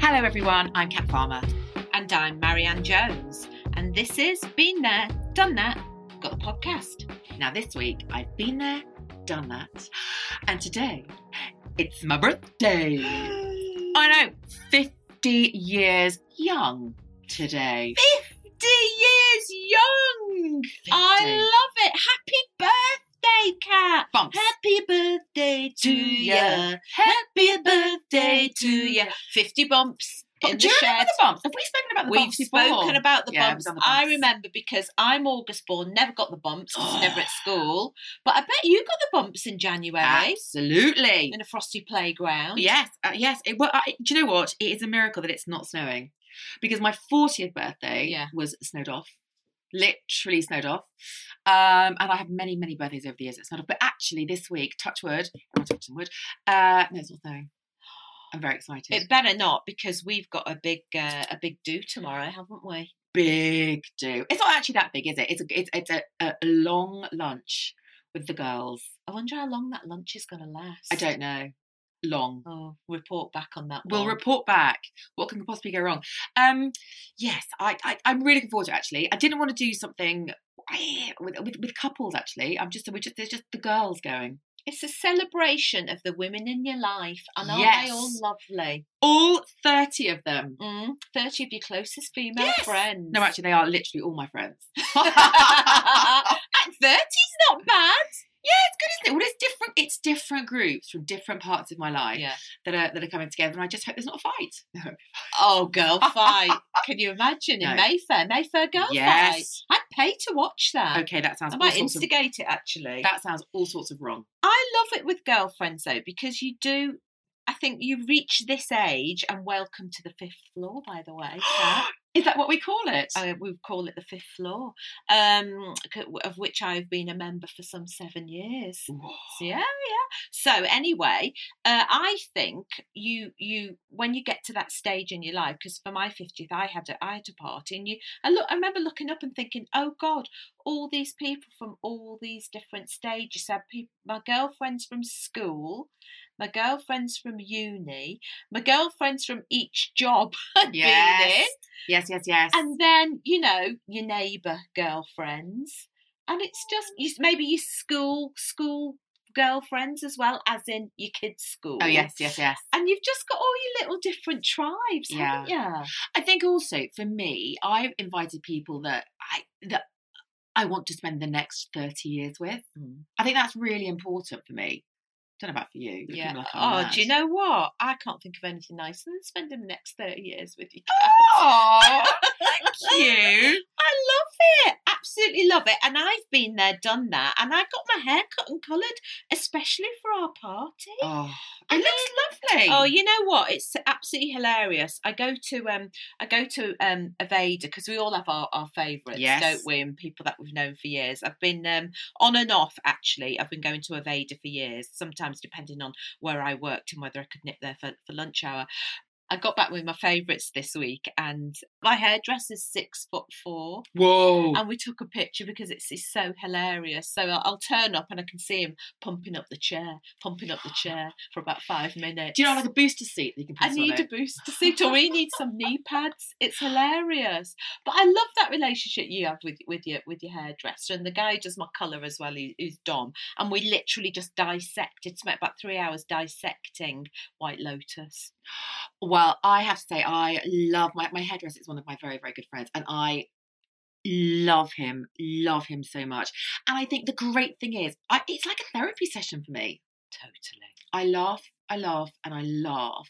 Hello, everyone. I'm Kat Farmer. And I'm Marianne Jones. And this is Been There, Done That, Got the Podcast. Now, this week, I've been there, done that. And today, it's my birthday. I know, 50 years young today. 50 years young. 50. I love it. Happy birthday, Cat. Bumps. Happy birthday to ya. you. Happy birthday Birthday to you. 50 bumps Do in the you remember shed. the bumps? Have we spoken about the We've bumps before? spoken about the Yeah, we've bumps. done the I bumps. remember because I'm August born, never got the bumps, 'cause I was never at school. But I bet you got the bumps in January Absolutely. in a frosty playground. Yes, uh, yes. It, well, I, do you know what? It is a miracle that it's not snowing, because my fortieth birthday Yeah. was snowed off, literally snowed off. Um, and I have many, many birthdays over the years that snowed off. But actually, this week, touch wood, everyone touch some wood. Uh, no, it's not snowing. I'm very excited. It better not because we've got a big uh, a big do tomorrow, haven't we? big do. It's not actually that big, is it? It's a, it's, it's a, a long lunch with the girls. I wonder how long that lunch is going to last. I don't know. Long. Oh, report back on that. We'll one. report back. What can possibly go wrong? Um, yes, I, I I'm really looking forward to it, actually. I didn't want to do something eh, with, with with couples actually. I'm just we just there's just the girls going. It's a celebration of the women in your life, and are they all Yes. lovely? All thirty of them. Mm, Thirty of your closest female Yes. friends. No, actually, they are literally all my friends. yeah, At thirty's not bad. it's good, isn't it? Well, it's different. It's different groups from different parts of my life Yeah. that are that are coming together, and I just hope there's not a fight. Oh, girl fight! Can you imagine No. in Mayfair, Mayfair girl fight? yes. I'd pay to watch that. Okay, that sounds. I All might sorts of, instigate it actually. that sounds all sorts of wrong. I love it with girlfriends though because you do. I think you reach this age, and welcome to the fifth floor. By the way, Kat. Is that what we call it? Uh, we call it the fifth floor, um, c- of which I've been a member for some seven years. So, yeah, yeah. So anyway, uh, I think you you when you get to that stage in your life, because for my fiftieth, I had a I had a party, and you I look I remember looking up and thinking, oh God, all these people from all these different stages. I had people, my girlfriends from school, my girlfriends from uni, my girlfriends from each job had been in, Yes. Yes, yes, yes. and then you know your neighbour girlfriends, and it's just you, maybe your school school girlfriends as well as in your kids' school. oh, yes, yes, yes. and you've just got all your little different tribes, haven't you? I think also for me, I've invited people that I that I want to spend the next thirty years with. I think that's really important for me. Don't know about for you. you're Yeah. looking like I'm oh, mad. do you know what? I can't think of anything nicer than spending the next thirty years with you. Aw, thank you. I love it. Absolutely love it. And I've been there, done that. And I got my hair cut and coloured, especially for our party. Oh, I it looks lovely. Oh, you know what? It's absolutely hilarious. I go to um, I go to um, Aveda because we all have our, our favourites, Yes. don't we? And people that we've known for years. I've been um, on and off actually. I've been going to Aveda for years. Sometimes depending on where I worked and whether I could nip there for, for lunch hour. I got back with my favourites this week, and my hairdresser's six foot four, Whoa. and we took a picture because it's, it's so hilarious. So I'll, I'll turn up and I can see him pumping up the chair, pumping up the chair for about five minutes. do you know like a booster seat that you can I pass need a booster seat, or we need some knee pads. It's hilarious, but I love that relationship you have with with your with your hairdresser, and the guy who does my colour as well. He, who's Dom, and we literally just dissected. Spent about three hours dissecting White Lotus. Well, I have to say, I love my, my hairdresser is one of my very, very good friends, and I love him, love him so much. And I think the great thing is, I, it's like a therapy session for me. Totally. I laugh, I laugh, and I laugh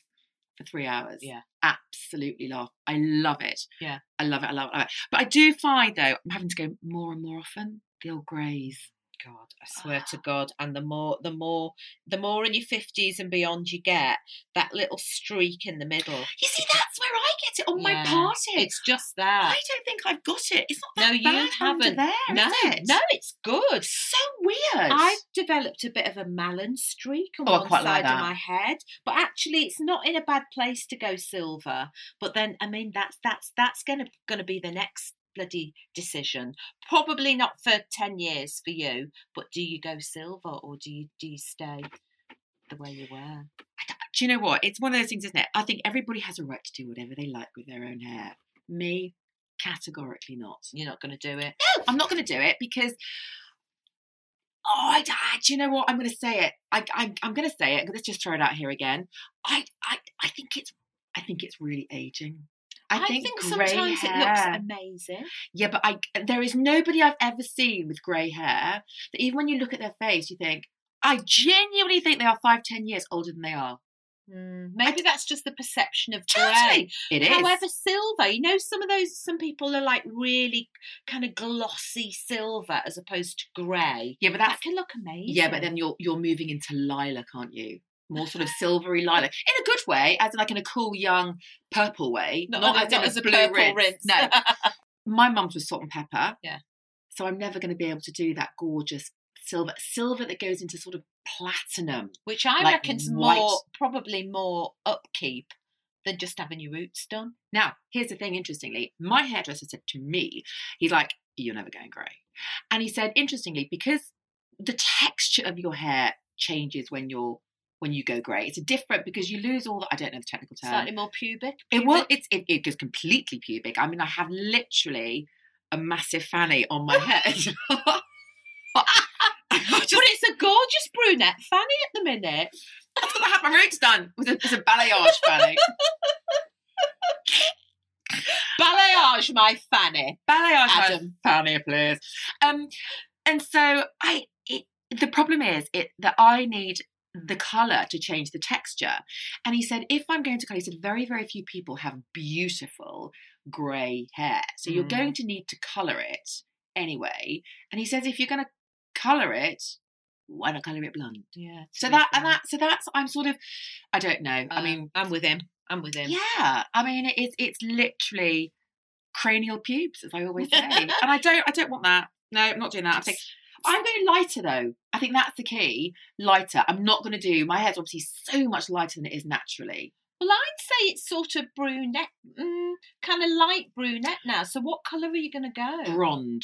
for three hours. Yeah. Absolutely laugh. I love it. Yeah. I love it, I love it, I love it. But I do find, though, I'm having to go more and more often. The old greys. God, I swear to God, and the more the more the more in your fifties and beyond you get, that little streak in the middle. You see, that's where I get it on my Yeah. party. It's just that. I don't think I've got it. It's not No, that you bad under haven't. there, no, is it? no, it's good. It's so weird. I've developed a bit of a Malin streak on Oh, I one quite like side of that. my head, but actually, it's not in a bad place to go silver. But then, I mean, that's that's that's gonna gonna be the next bloody decision. Probably not for ten years for you, but do you go silver or do you do you stay the way you were? I don't- Do you know what? It's one of those things, isn't it? I think everybody has a right to do whatever they like with their own hair. Me, categorically not. You're not going to do it. No, I'm not going to do it because. Oh, I, I- do you know what? I'm going to say it. I, I, I'm going to say it. Let's just throw it out here again. I, I, I think it's, I think it's really aging. I, think, grey sometimes hair. it looks amazing. Yeah, but I there is nobody I've ever seen with grey hair that even when you look at their face, you think I genuinely think they are five, ten years older than they are. Hmm, Mm, maybe that's just the perception of grey. Totally, it is. However, silver, you know, some of those, some people are like really kind of glossy silver as opposed to grey. yeah, but That that's can look amazing. yeah, but then you're you're moving into lilac, aren't you? More sort of silvery lilac in a good way, as in like in a cool, young, purple way. not, not as, as, not in as a blue purple rinse. rinse. No, my mum's was salt and pepper. Yeah. So I'm never going to be able to do that gorgeous silver, silver that goes into sort of platinum. which I Like reckon's white. more probably more upkeep than just having your roots done. Now, here's the thing interestingly, my hairdresser said to me, he's like, You're never going grey. And he said, interestingly, because the texture of your hair changes when you're when you go grey. It's different because you lose all the I don't know the technical term. Slightly more pubic. it will pubic. it's it, it goes completely pubic. I mean I have literally a massive fanny on my head. I just but it's a gorgeous brunette fanny at the minute. I had my roots done with a, with a balayage fanny. Balayage, my fanny. Balayage Adam. Fanny, please. Um, and so I, it, the problem is it that I need the color to change the texture. And he said, if I'm going to color, he said, very very few people have beautiful grey hair, so you're Mm. going to need to color it anyway. And he says, if you're going to color it, why not color it blonde? Yeah. Um, So that and that so that's I'm sort of I don't know. I mean, I'm with him. I'm with him. yeah, I mean it- it's it's literally cranial pubes, as I always say, and I don't I don't want that. No, I'm not doing that. I'm, taking, I'm going lighter though. I think that's the key. Lighter. I'm not going to do my hair's obviously so much lighter than it is naturally. Well, I'd say it's sort of brunette, mm, kind of light brunette now. So what colour are you going to go? Blonde,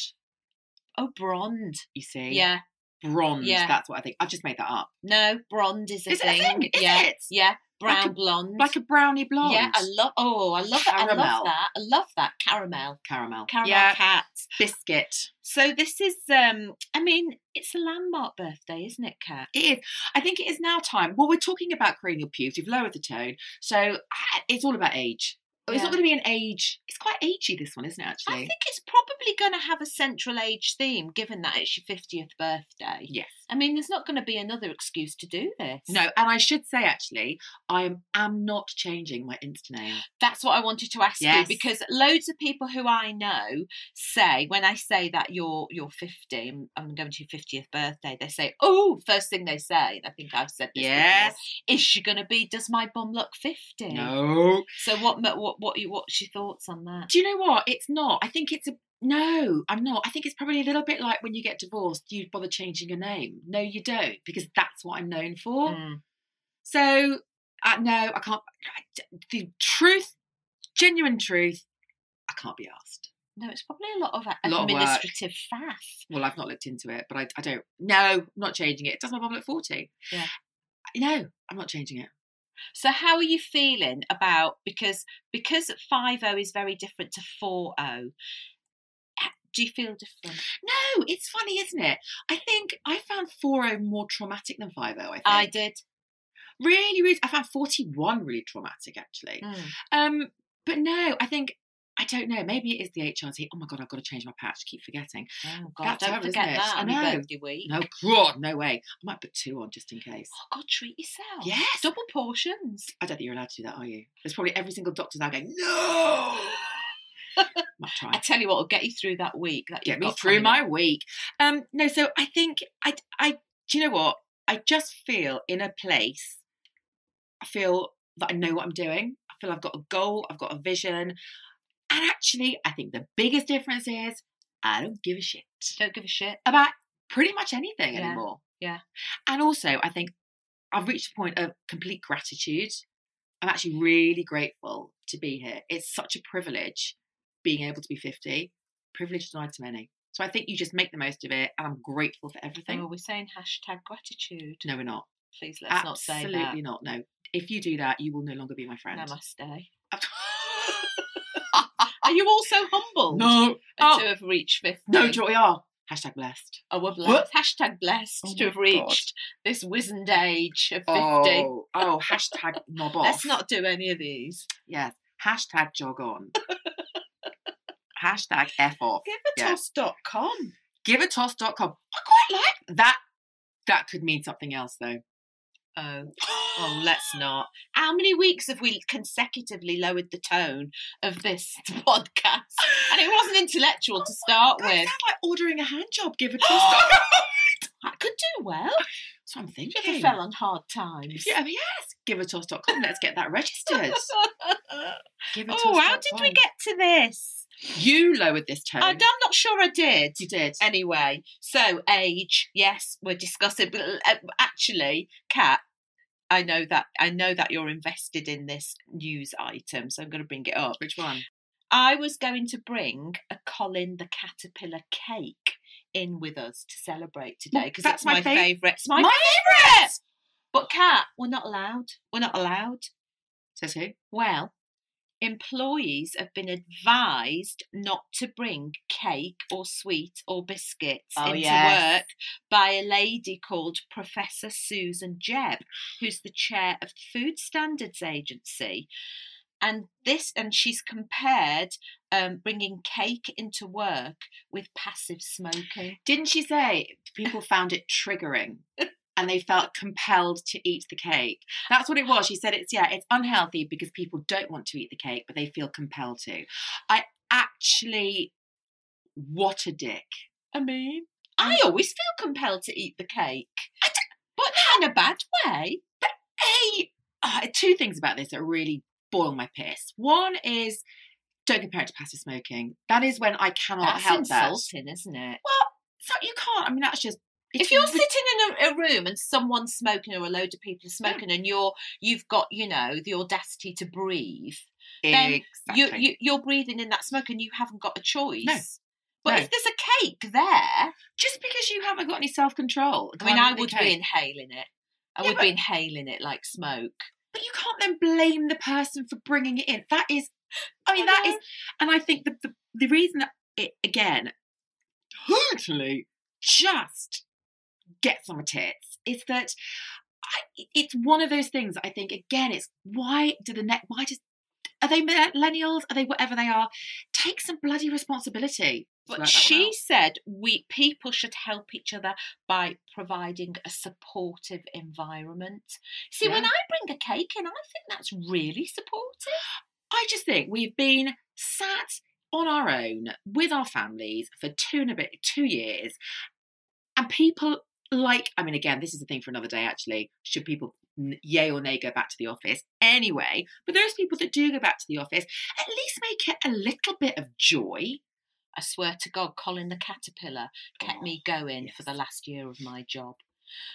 oh, blonde. you see. Yeah. Blonde. Yeah. That's what I think. I've just made that up. No, blonde is a Is it a thing. thing? Is yeah. it? Yeah. Brown Like a- blonde. Like a brownie blonde. Yeah, I love. Oh, I love that. I Caramel. love that. I love that caramel. caramel. Caramel Yeah. cat. Biscuit. So this is. um I mean, it's a landmark birthday, isn't it, Kat? It is. I think it is now time. Well, we're talking about cranial pubes. You've lowered the tone, so uh, it's all about age. Oh, It's not Yeah. going to be an age. It's quite agey this one, isn't it? Actually, I think it's probably going to have a central age theme, given that it's your fiftieth birthday. yes. I mean, there's not going to be another excuse to do this. No, and I should say actually, I am not changing my Insta name. That's what I wanted to ask Yes. you because loads of people who I know say when I say that you're you're 50, I'm- I'm going to your 50th birthday, they say, "Oh, first thing they say," and I think I've said this Yes. before, is she going to be does my bum look 50? No. So what ma- what what you what's your thoughts on that? Do you know what? It's not. I think it's a no. I'm not. I think it's probably a little bit like when you get divorced, you bother changing your name. No, you don't, because that's what I'm known for. Mm. So, uh, no, I can't. The truth, genuine truth, I can't be asked. No, it's probably a lot of a- A lot of work. administrative faff. Well, I've not looked into it, but I, I don't. No, I'm not changing it. Does my mum look 40? Yeah. No, I'm not changing it. So how are you feeling about because because 50 is very different to 40? Do you feel different? No, it's funny, isn't it? I think I found 4 more traumatic than 5 I think. I did. really, really. I found 41 really traumatic, actually. Mm. Um, But no, I think. I don't know. Maybe it is the HRT. Oh my god, I've got to change my patch. Keep forgetting. Oh God! That's don't her, isn't forget it? that I on your know. birthday week. No, god, no way. I might put two on just in case. Oh God, treat yourself. Yes. Double portions. I don't think you're allowed to do that, are you? There's probably every single doctor now going, no. Might I try. tell you what, will get you through that week. That Get you've me got through coming my up. week. Um, no, so I think I, I, do you know what? I just feel in a place. I feel that I know what I'm doing. I feel I've got a goal. I've got a vision. And actually, I think the biggest difference is I don't give a shit Don't give a shit. about pretty much anything Yeah, anymore. yeah. And also, I think I've reached a point of complete gratitude. I'm actually really grateful to be here. It's such a privilege being able to be 50. Privilege is not to many. So I think you just make the most of it, and I'm grateful for everything. Oh, we're saying hashtag gratitude. No, we're not. Please let's not say Absolutely that. not. No, if you do that, you will no longer be my friend. Namaste. Are you also humble? no. Oh. To have reached fifth. No, grade? do you know what we are? Hashtag blessed. Oh, we're blessed. What? Hashtag blessed Oh to my have reached this wizened age of 50. Oh, oh, hashtag knob off. Let's not do any of these. Yes. Hashtag jog on. hashtag F off. Yeah. Givetoss.com. Givetoss.com. I quite like that. That could mean something else though. Oh, oh, let's not. How many weeks have we consecutively lowered the tone of this podcast? And it wasn't intellectual to start That sounds with. like ordering a hand job. Give a twist. That's I could do well. what I'm You ever thinking. fell on hard times? Yeah, I mean, yes. Givetoss.com. Let's get that registered. Givetoss.com. oh, how did we get to this? You lowered this tone. I don't- I'm not sure I did. You did. Anyway, so age, yes, we're discussing. But uh, actually, Kat, I know that I know that you're invested in this news item, so I'm going to bring it up. Which one? I was going to bring a Colin the Caterpillar cake in with us to celebrate today because That's it's my my, fav- favourite. It's my, My favourite. But Kat, we're not allowed. We're not allowed. Says who? Well, employees have been advised not to bring cake or sweet or biscuits Oh, into yes. work by a lady called Professor Susan Jebb, who's the chair of the Food Standards Agency. And this, and she's compared um, bringing cake into work with passive smoking. Didn't she say people found it triggering and they felt compelled to eat the cake? That's what it was. She said it's yeah, it's unhealthy because people don't want to eat the cake, but they feel compelled to. I actually what a dick. I mean, I always feel compelled to eat the cake, I d- but not in a bad way. A ah, two things about this that really boil my piss. One is don't compare it to passive smoking. That is when I cannot That's help that. insulting, is isn't it? So you can't. I mean, that's just if you're sitting in a, a room and someone's smoking or a load of people are smoking and you're you've got you know the audacity to breathe then exactly. you, you you're breathing in that smoke and you haven't got a choice No. but No. if there's a cake there i just because you haven't got any self control. mean i would be inhaling it i Yeah, would but- be inhaling it like smoke But you can't then blame the person for bringing it in. That is, I mean, I that is, know. and I think the, the, the reason that it, again, totally just gets on my tits is that I, it's one of those things I think, again, it's why do the net, why does, are they millennials? Are they whatever they are? Take some bloody responsibility. Blurt that one But she out. said we people should help each other by providing a supportive environment. See, when Yeah. I bring a cake in, I think that's really supportive. I just think we've been sat on our own with our families for two and a bit two years, and people like I mean, again, this is a thing for another day. Actually, should people n- yay or nay go back to the office anyway? But those people that do go back to the office, at least make it a little bit of joy. I swear to God, Colin the Caterpillar kept Oh, me going for the yes. last year of my job.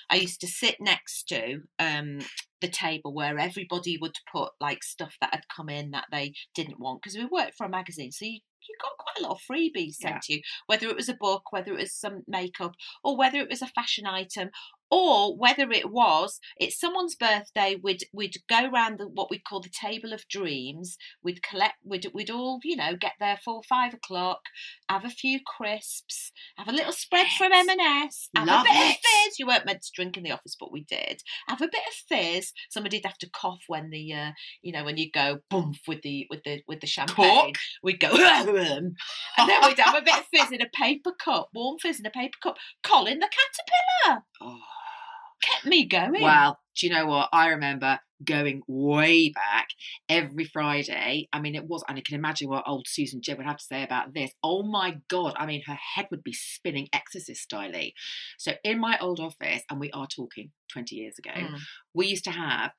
I used to sit next to um, the table where everybody would put like stuff that had come in that they didn't want because we worked for a magazine, so you you got quite a lot of freebies sent Yeah. to you, whether it was a book, whether it was some makeup, or whether it was a fashion item, or whether it was it's someone's birthday. We'd we'd go round the, what we would call the table of dreams. We'd collect. We'd we'd all you know get there for five o'clock have a few crisps, have a little spread from Yes. M&S, have Love a bit it. of fizz. You weren't meant to drink in the office, but we did. Have a bit of fizz. Somebody'd have to cough when the, uh, you know, when you go boom with the with the with the champagne. Cork. We'd go and then we'd have a bit of fizz in a paper cup, warm fizz in a paper cup. Colin the caterpillar Oh. kept me going. Well, do you know what? I remember going way back every Friday. I mean, it was, and I can imagine what old Susan Jebb would have to say about this. Oh my God. I mean, her head would be spinning exorcist styly. So, in my old office, and we are talking 20 years ago, Mm. we used to have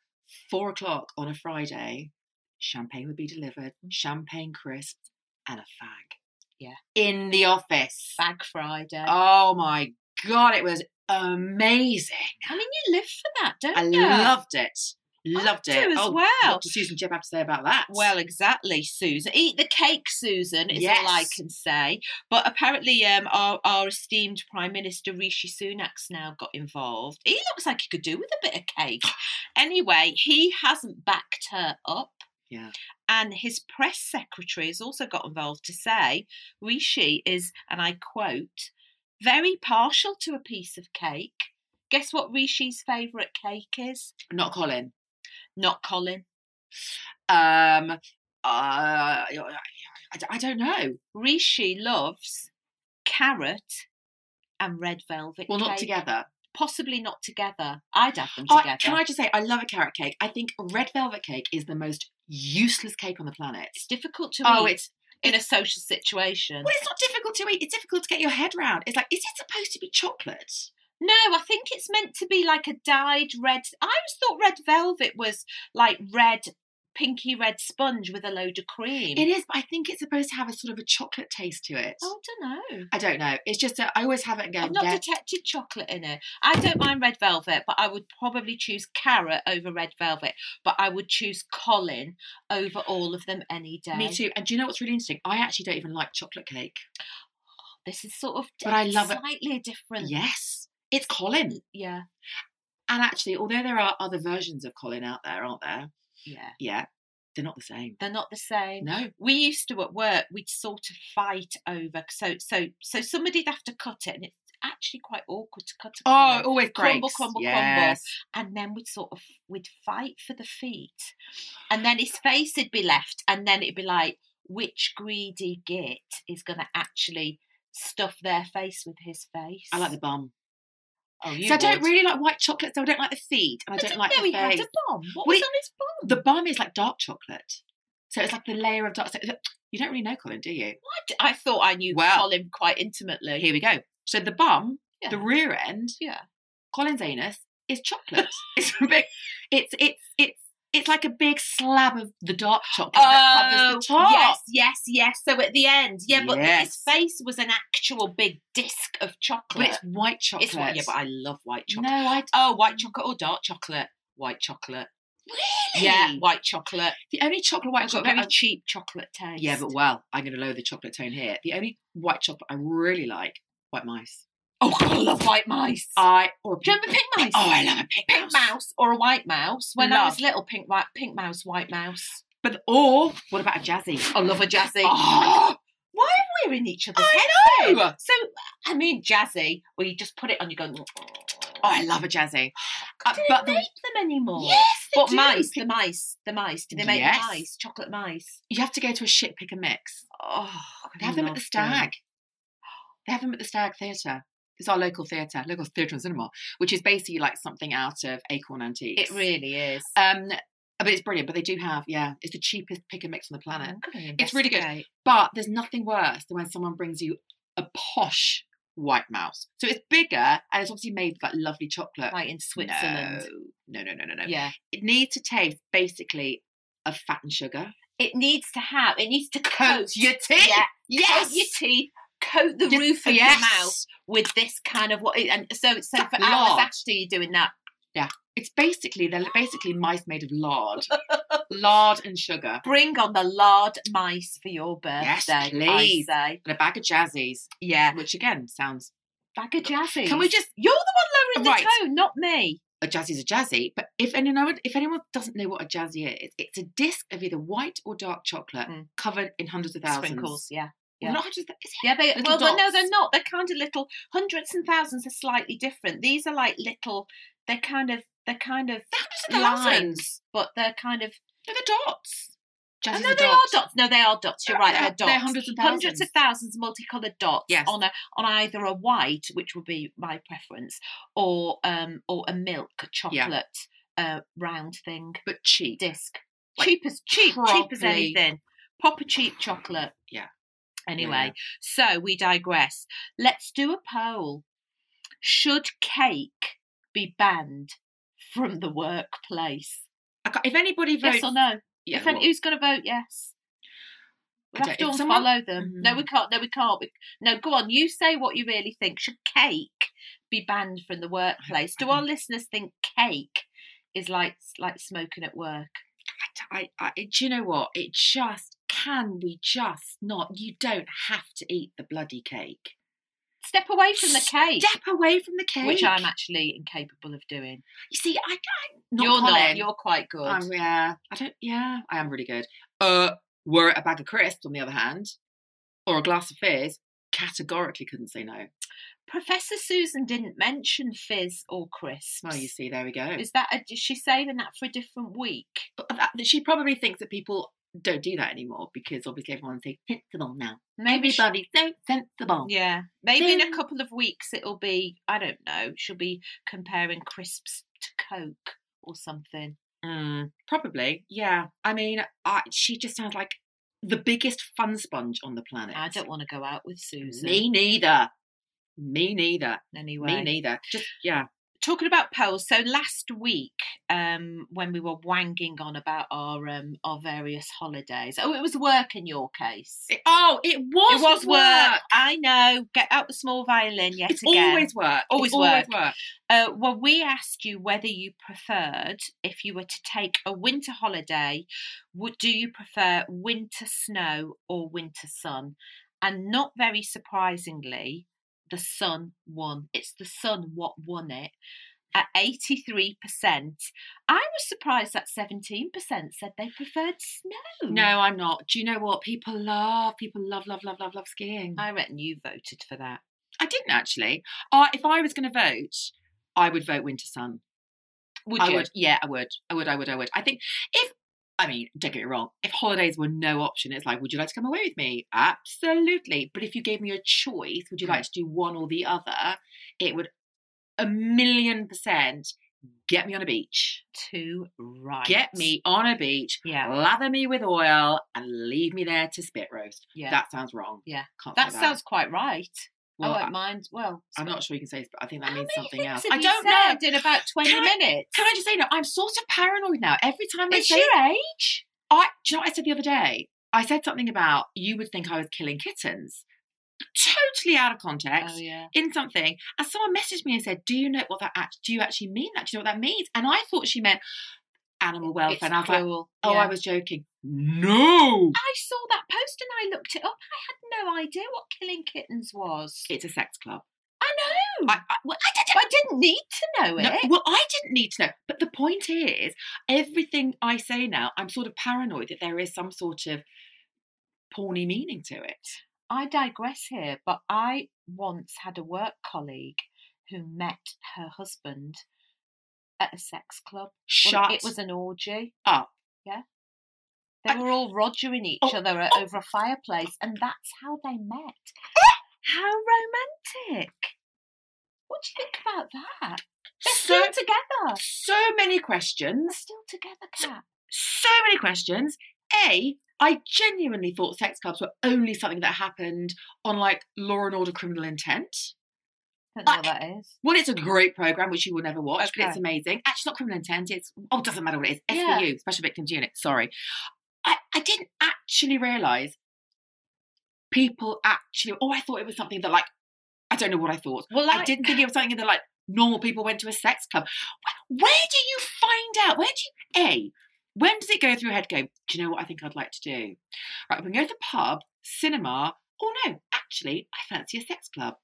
four o'clock on a Friday, champagne would be delivered, champagne crisps, and a fag. Mm. Yeah. In the office. Bag Friday. Oh my God. It was amazing. I mean, you live for that, don't I you? loved it. Loved do it as oh, well. What does Susan Jebb have to say about that? Well, exactly, Susan. Eat the cake, Susan, is all I Yes. can say. But apparently, um, our, our esteemed Prime Minister Rishi Sunak's now got involved. He looks like he could do with a bit of cake. Anyway, he hasn't backed her up. Yeah. And his press secretary has also got involved to say Rishi is, and I quote, very partial to a piece of cake. Guess what Rishi's favourite cake is? not Colin. Not Colin. Um, uh, I, I don't know. Rishi loves carrot and red velvet. Well, not cake. together. Possibly not together. I'd have them together. I, can I just say, I love a carrot cake. I think red velvet cake is the most useless cake on the planet. It's difficult to Oh, eat it's in a social situation. well, it's not difficult to eat. It's difficult to get your head round. It's like, is it supposed to be chocolate? No, I think it's meant to be like a dyed red. I always thought red velvet was like red, pinky red sponge with a load of cream. It is, but I think it's supposed to have a sort of a chocolate taste to it. Oh, I don't know. I don't know. It's just a, I always have it and go. I've not yeah. detected chocolate in it. I don't mind red velvet, but I would probably choose carrot over red velvet. But I would choose Colin over all of them any day. Me too. And do you know what's really interesting? I actually don't even like chocolate cake. This is sort of But I love it. slightly different. Yes, it's Colin. Yeah. And actually, although there are other versions of Colin out there, aren't there? Yeah. Yeah, they're not the same. They're not the same. No. We used to at work, we'd sort of fight over so so so somebody'd have to cut it and it's actually quite awkward to cut a Oh, colour. always Crumble, breaks. crumble, crumble. yes. and then we'd sort of we'd fight for the feet. And then his face would be left and then it'd be like, which greedy git is gonna actually stuff their face with his face? I like the bum. oh, you So I don't would. really like white chocolate, so I don't like the feet, and I, I don't didn't like know the he had face. a bomb. What Well, was he- on his bomb? The bum is like dark chocolate, so it's like the layer of dark. So you don't really know Colin, do you? What? I thought I knew Well. Colin quite intimately. Here we go. So the bum, Yeah. the rear end, Yeah. Colin's anus is chocolate. it's a big. It's it's it's it's like a big slab of the dark chocolate that covers the top. Oh, yes, yes, yes. So at the end, yeah, but his Yes. face was an actual big disc of But chocolate. it's white chocolate. It's white, yeah, but I love white chocolate. no, I. Oh, white chocolate or dark chocolate? White chocolate. Really? Yeah, white chocolate. The only chocolate white I've got chocolate. very I- cheap chocolate taste. yeah, but well, I'm going to lower the chocolate tone here. The only white chocolate I really like, white mice. oh, God, I love white mice. I or a Do you remember pink pink- mice? Oh, I love a pink, Pink mouse or a white mouse. When I Love. was little, pink white, pink mouse, white mouse. But or what about a jazzy? I love a jazzy. Oh, Why are we in each other's I heads know. then? So, I mean, jazzy, where you just put it on, you go. Oh, Oh, I love a jazzy. Uh, Do they but the, make them anymore? yes, they But do. mice, the mice, the mice. Do they make Yes. mice? Chocolate mice. You have to go to a shit pick and mix. Oh, They have them at the Stag. They have them at the Stag Theatre. It's our local theatre, local theatre and cinema, which is basically like something out of Acorn Antiques. It really is. Um, but it's brilliant. But they do have, yeah, it's the cheapest pick and mix on the planet. I'm gonna It's really good. investigate. But there's nothing worse than when someone brings you a posh white mouse. So it's bigger and it's obviously made with like lovely chocolate. Like in Switzerland. No, no, no, no, no. no. Yeah. It needs to taste basically of fat and sugar. It needs to have. It needs to coat. your teeth. Yeah. Yes. Coat your teeth. Coat the Just- roof of yes. your mouth with this kind of what. And so, so It's for like lard. hours after you're doing that, It's basically they're basically mice made of lard, lard and sugar, bring on the lard mice for your birthday. Yes, I please. say. and a bag of jazzies, Yeah. which again sounds Bag of jazzy. Can we just- You're the one lowering Right. the tone, not me. a jazzy's a jazzy. But if anyone if anyone doesn't know what a jazzy is, it's a disc of either white or dark chocolate Mm. covered in hundreds of thousands. Sprinkles. Yeah. Well, yeah. Not hundreds. Of, thou- is Yeah, they Little well, but no, dots. they're not. They're kind of little. Hundreds and thousands are slightly different. These are like little. They're kind of. They're kind of it hundreds of thousands? lines, but they're kind of. No, they're dots. Oh, Jazzy's no, a they dot. are dots. No, they are dots. You're right. They're, dots. They're hundreds of thousands. Hundreds of thousands of multicolored dots Yes. on a on either a white, which would be my preference, or um or a milk chocolate uh round thing but cheap. disc. Like, cheap as cheap, cheap as properly- anything. Proper cheap chocolate. Yeah. Anyway, so we digress. Let's do a poll. Should cake be banned from the workplace? I can't- if anybody votes, Yes or no? yeah, if any, well, who's going to vote yes? I We'll don't- have to if unfollow someone- Mm-hmm. them. No, we can't. No, we can't. We- no, go on. You say what you really Mm-hmm. think. Should cake be banned from the workplace? Do our listeners think cake is like like smoking at work. I, I, do you know what? It just can we just not? You don't have to eat the bloody cake. Step away from the cake, Step away from the cake. which I'm actually incapable of doing. You see, I, I not you're Colin. not. You're quite good. I'm, yeah, I don't. Yeah, I am really good. Uh, were it a bag of crisps, on the other hand, or a glass of fizz, categorically couldn't say no. Professor Susan didn't mention fizz or crisps. Well, you see, there we go. Is that a, is she saving that for a different week? That, she probably thinks that people don't do that anymore because obviously everyone's so sensible now. Maybe she- Everybody's so sensible. Yeah, maybe in Then- a couple of weeks it'll be. I don't know. She'll be comparing crisps to Coke or something. Mm, probably, yeah. I mean, I, she just sounds like the biggest fun sponge on the planet. I don't want to go out with Susan. Me neither. Me neither. anyway. Me neither. Just yeah. Talking about polls, so last week um, when we were wanging on about our um, our various holidays, oh, it was work in your case. It- oh, it was. It was work. I know. Get out the small violin yet It's again. always work. Always it's always work. Uh, well, we asked you whether you preferred, if you were to take a winter holiday, would do you prefer winter snow or winter sun? And not very surprisingly, the sun won. It's the sun what won it at 83%. I was surprised that 17% said they preferred snow. No, I'm not. Do you know what people love? People love, love, love, love, love skiing. I, I reckon you voted for that. didn't actually. Uh, if I was going to vote, I would vote Winter Sun. Would I you? would. Yeah, I would. I would. I would. I would. I think if I mean, don't get me wrong. If holidays were no option, it's like, would you like to come away with me? Absolutely. But if you gave me a choice, would you Hmm. like to do one or the other? It would a million percent get me on a beach. Too right. Get me on a beach, Yeah. lather me with oil, and leave me there to spit roast. Yeah. That sounds wrong. Yeah. Can't say that sounds quite right. Well, I I- won't mind. Well, I'm not sure you can say, this, but I think that How means many something things else. have I you don't know. said in about 20 Can I- minutes. Can I just say no? I'm sort of paranoid now. Every time I it's say your age. I, do you know what I said the other day? I said something about you would think I was killing kittens, totally out of context. Oh, yeah. In something, and someone messaged me and said, "Do you know what that? Act- do you actually mean that? Do you know what that means?" And I thought she meant animal welfare, It's and I was like, cruel. "Oh, yeah. I was joking." No, I saw that post and I looked it up. I had no idea what killing kittens was. it's a sex club. I know. I, I, well, I did I didn't need to know it. No, well, I didn't need to know. But the point is, everything I say now, I'm sort of paranoid that there is some sort of porny meaning to it. I digress here, but I once had a work colleague who met her husband at a sex club. Shut Well, It was an orgy. up. Yeah. They Oh. I- were all rogering each Oh, other oh. over a fireplace, and that's how they met. how romantic! What do you think about that? They're so, still together. so many They're questions. still together, So- Kat. So many questions. A, I genuinely thought sex clubs were only something that happened on like Law and Order Criminal Intent. Don't know what I- that is. Well, it's a great program which you will never watch, but it's Okay. amazing. Actually, not criminal intent. It's oh, doesn't matter what it is. Yeah. SVU, Special Victims Unit. Sorry, I I didn't actually realise people actually. Oh, I thought it was something that like I don't know what I thought. Well, I didn't think it was something that like normal people went to a sex club. Wh- Where do you find out? Where do you a when does it go through your head? Go. Do you know what I think I'd like to do? Right, we can go to the pub, cinema. Oh no, actually, I fancy a sex club.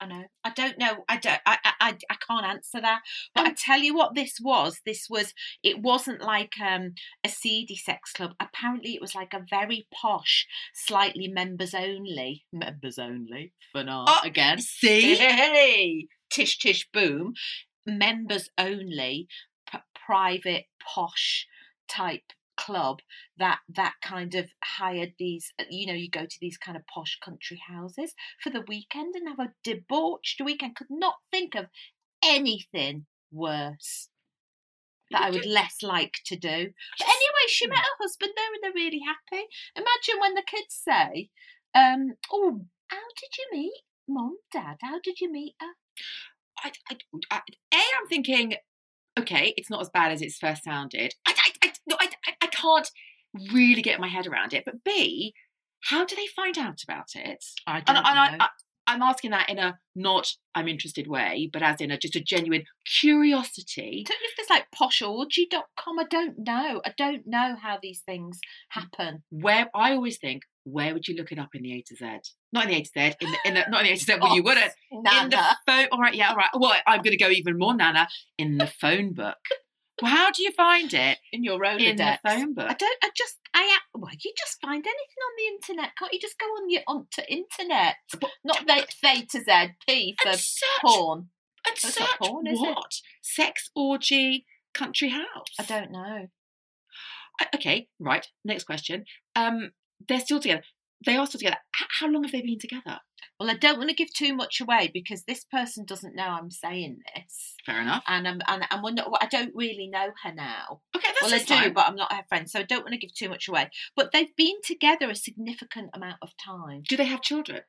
I know. I don't know. I don't. I. I. I, I can't answer that. But I Um, tell you what, this was. This was. It wasn't like um a seedy sex club. Apparently, it was like a very posh, slightly members only. Members only. For now, Oh, again. See. Hey, tish tish boom. Members only, p- private posh type club that that kind of hired these uh, you know you go to these kind of posh country houses for the weekend and have a debauched weekend could not think of anything worse that I would less like to do. But anyway, she met her husband though, and they're really happy. Imagine when the kids say, um, "Oh, how did you meet mom, dad? How did you meet her?" I, I, I, a, I'm thinking, okay, it's not as bad as it's first sounded. I, I, I, no, I, I- I can't really get my head around it. But B, how do they find out about it? I And, and I, I, I'm asking that in a not I'm interested way, but as in a just a genuine curiosity. I don't know if there's like poshorgy.com. I don't know. I don't know how these Mm. things happen. Where I always think, where would you look it up in the A to Z? Not in the A to Z, in the, in the not in the A to Z where you Ops, Oh, wouldn't. In the Nana. phone. All right, yeah, all right. Well, I'm going to go even more Nana in the phone book. Well, how do you find it in your Rolodex. in the phone book? I don't. I just. I. a- Well, you just find anything on the internet, can't you? Just go on the onto internet. But- Not the theta z p for and search, porn. and that's search not porn, is it? what? Sex orgy, country house. I don't know. I- Uh, Okay, right. Next question. Um, they're still together. They are still together. H- how long have they been together? Well, I don't want to give too much away because this person doesn't know I'm saying this, Fair enough. and I'm and, and we're not. well, I don't really know her now. Okay, that's well, I just do, fine. but I'm not her friend, so I don't want to give too much away. But they've been together a significant amount of time. Do they have children?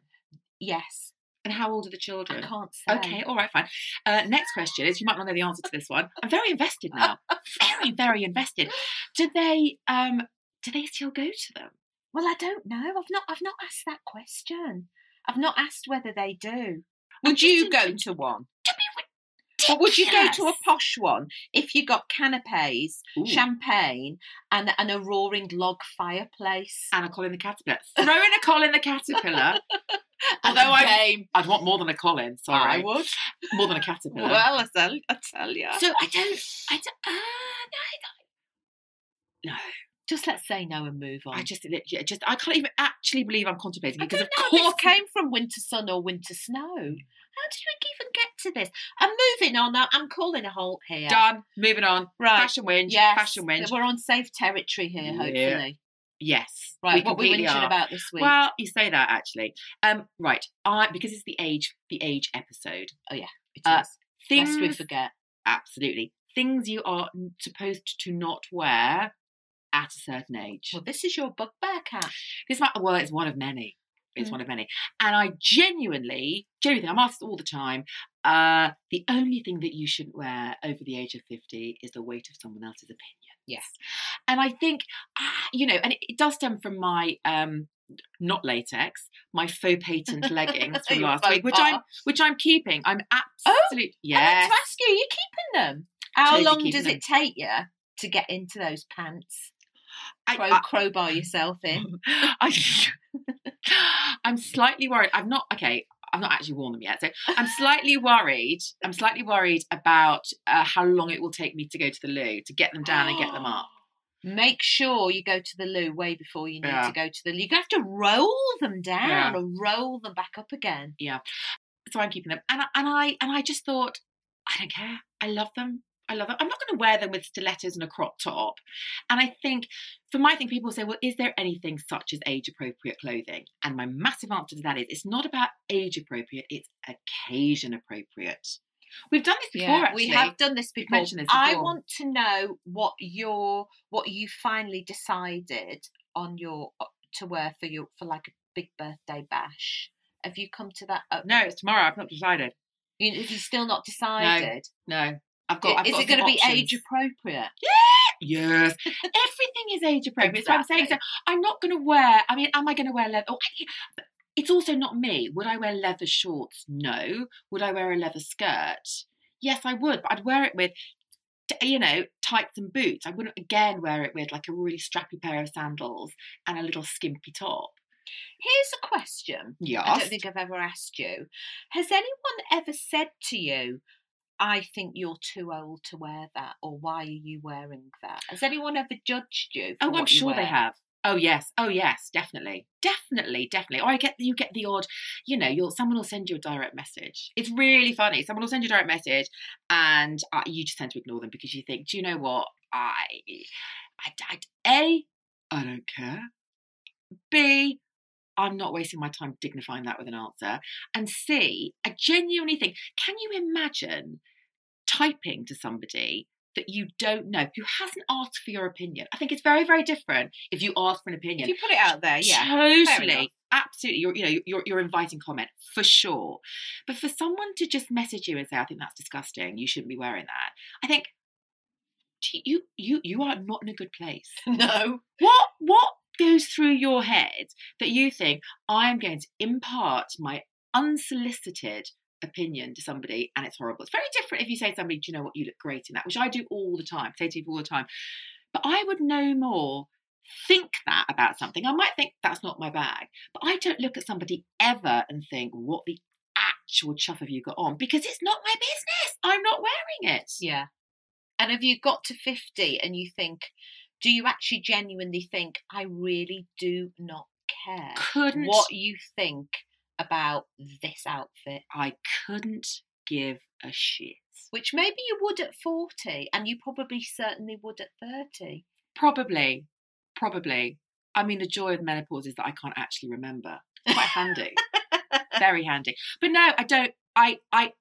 Yes, And how old are the I children? can't say. Okay, all right, fine. Uh, next question is you might not know the answer to this one. I'm very invested now. Very, very invested. Do they um do they still go to them? Well, I don't know. I've not. I've not asked that question. I've not asked whether they do. Would you go to one? Or would you go to a posh one if you got canapes, Ooh. champagne, and and a roaring log fireplace? and a Colin the Caterpillar? Throw in a Colin the Caterpillar. And although a I'm- game. I'd want more than a Colin, sorry. I would. More than a caterpillar. Well, I tell, I tell you. so I don't I don't uh, no, I just let's say no and move don't on. I just yeah, just I can't even actually believe I'm contemplating I it Mm. because don't of know course if this came from winter sun or winter snow. How did we even get to this? I'm moving on. now. I'm calling a halt here. done. Moving on. Right. Fashion whinge. Yes. Fashion whinge. We're on safe territory here, Yeah. hopefully. Yes. Right, what we completely whinging are. about this week? Well, you say that actually. Um, right, I because it's the age, the age episode. It uh, is. Things Lest we forget. absolutely things you are n- supposed to not wear at a certain age. Well, this is your bugbear cat. This might well, it's one of many. Mm. It's one of many, and I genuinely, genuinely, I'm asked all the time. Uh, the only thing that you shouldn't wear over the age of fifty is the weight of someone else's opinion. Yes. and I think ah, you know, and it, it does stem from my um not latex, my faux patent leggings from Your last faux week, which pas. I'm which I'm keeping. I'm absolutely I yes. meant to ask you, are you keeping them? How Totally long keeping does them. it take you to get into those pants? I, Crow, crowbar yourself in. am slightly worried. I've not okay. I've not actually worn them yet, so I'm slightly worried. I'm slightly worried about uh, how long it will take me to go to the loo to get them down and get them up. Make sure you go to the loo way before you need Yeah. to go to the loo. You have to roll them down Yeah. or roll them back up again. so I'm keeping them. And I, and I and I just thought, I don't care. I love them. I love them. I'm not going to wear them with stilettos and a crop top. And I think, for my thing, people say, well, is there anything such as age appropriate clothing? And my massive answer to that is, it's not about age appropriate. It's occasion appropriate. We've done this before. actually. we have done this We've before. mentioned this I before. want to know what your what you finally decided on your uh, to wear for your for like a big birthday bash. Have you come to that? uh, No, it's tomorrow. I've not decided. you, have you still not decided? No, I've got. I've is got it going to some be options. age appropriate? Yes. Everything is age appropriate. That's what I'm saying. So Exactly. I'm not going to wear, I mean, am I going to wear leather? Oh, I- but it's also not me. Would I wear leather shorts? No. Would I wear a leather skirt? Yes, I would, but I'd wear it with, t- you know, tights and boots. I wouldn't, again, wear it with like a really strappy pair of sandals and a little skimpy top. Here's a question. I don't Yes. think I've ever asked you. Has anyone ever said to you, "I think you're too old to wear that," or "Why are you wearing that?" Has anyone ever judged you? for Oh, I'm what you sure they wear? have. Oh yes, oh yes, definitely, definitely, definitely. Or I get you get the odd, you know, you'll someone will send you a direct message. It's really funny. Someone will send you a direct message, and uh, you just tend to ignore them because you think, do you know what? I, I, I, a, I don't care. B, I'm not wasting my time dignifying that with an answer. And C, I genuinely think, can you imagine typing to somebody that you don't know, who hasn't asked for your opinion? I think it's very, very different if you ask for an If opinion. you put it out there, yeah. enough. Totally. Absolutely, you're, you know, you're, you're inviting comment for sure, but for someone to just message you and say, "I think that's disgusting. You shouldn't be wearing that," I think "Do you you you are not in a good place. No. What what goes through your head that you think I am going to impart my unsolicited opinion to somebody and it's horrible. It's very different if you say to somebody, Do you know what, you look great in that, which I do all the time, say to people all the time. But I would no more think that about something. I might think that's not my bag, but I don't look at somebody ever and think, What the actual chuff have you got on? Because it's not my business. I'm not wearing it. Yeah. And have you got to 50 and you think, do you actually genuinely think, I really do not care Couldn't what you think about this outfit? I couldn't give a shit. Which maybe you would at 40 and you probably certainly would at 30. Probably, probably. I mean, the joy of menopause is that I can't actually remember. Quite handy, very handy. But no, I don't. I I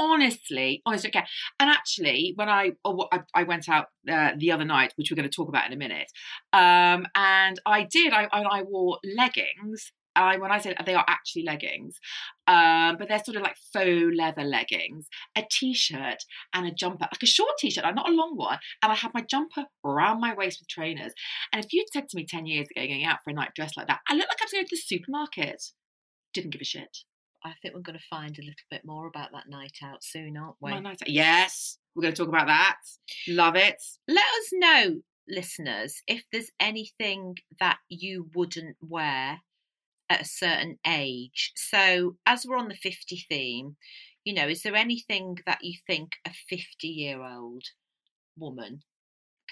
honestly, honestly don't care. And actually, when I oh, what- I, I went out uh, the other night, which we're going to talk about in a minute, um, and I did. I I, I wore leggings. I, when I say they are actually leggings, um, but they're sort of like faux leather leggings, a t-shirt and a jumper, like a short t-shirt, not a long one, and I had my jumper around my waist with trainers. And if you'd said to me 10 years ago, going out for a night dressed like that, I looked like I was going to the supermarket. Didn't give a shit. I think we're going to find a little bit more about that night out soon, aren't we? My night out- Yes, we're going to talk about that. Love it. Let us know, listeners, if there's anything that you wouldn't wear at a certain age. So, as we're on the 50 theme, you know, is there anything that you think a 50 year old woman,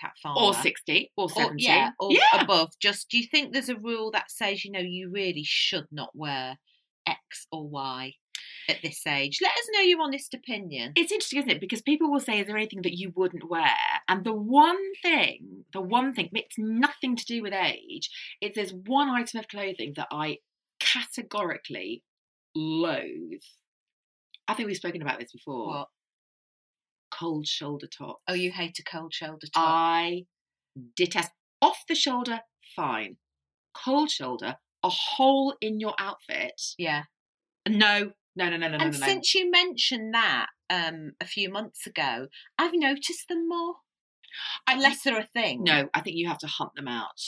Cat Farmer, Or 60, or 70. yeah, or yeah. above, just do you think there's a rule that says, you know, you really should not wear X or Y at this age? Let us know your honest opinion. It's interesting, isn't it? Because people will say, "Is there anything that you wouldn't wear?" And the one thing, the one thing, it's nothing to do with age. It's there's one item of clothing that I categorically loathe. I think we've spoken about this before. What? Cold shoulder top. Oh, you hate a cold shoulder top. I detest off the shoulder. Fine, cold shoulder, a hole in your outfit. yeah. No, no, no, no, no, no, and no, no. since you mentioned that um, a few months ago, I've noticed them more. Unless they're a thing. No, I think you have to hunt them out.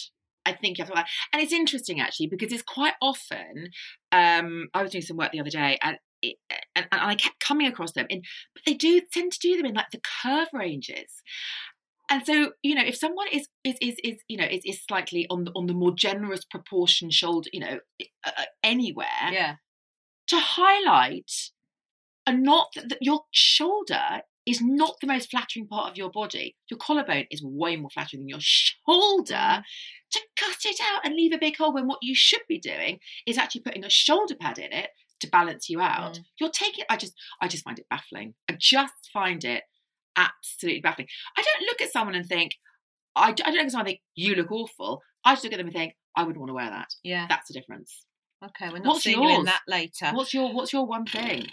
I think you have to, and it's interesting actually because it's quite often. Um, I was doing some work the other day, and it, and, and I kept coming across them, in, but they do tend to do them in like the curve ranges. And so, you know, if someone is is is, is you know is, is slightly on the on the more generous proportion shoulder, you know, uh, uh, anywhere Yeah. to highlight, and not that your shoulder is not the most flattering part of your body. Your collarbone is way more flattering than your shoulder. To cut it out and leave a big hole when what you should be doing is actually putting a shoulder pad in it to balance you Mm. out. You're taking. I just, I just find it baffling. I just find it absolutely baffling. I don't look at someone and think. I, I don't look at someone and think you look awful. I just look at them and think I wouldn't want to wear that. Yeah. That's the difference. Okay. We're not What's seeing you in yours? that later. What's your What's your one thing?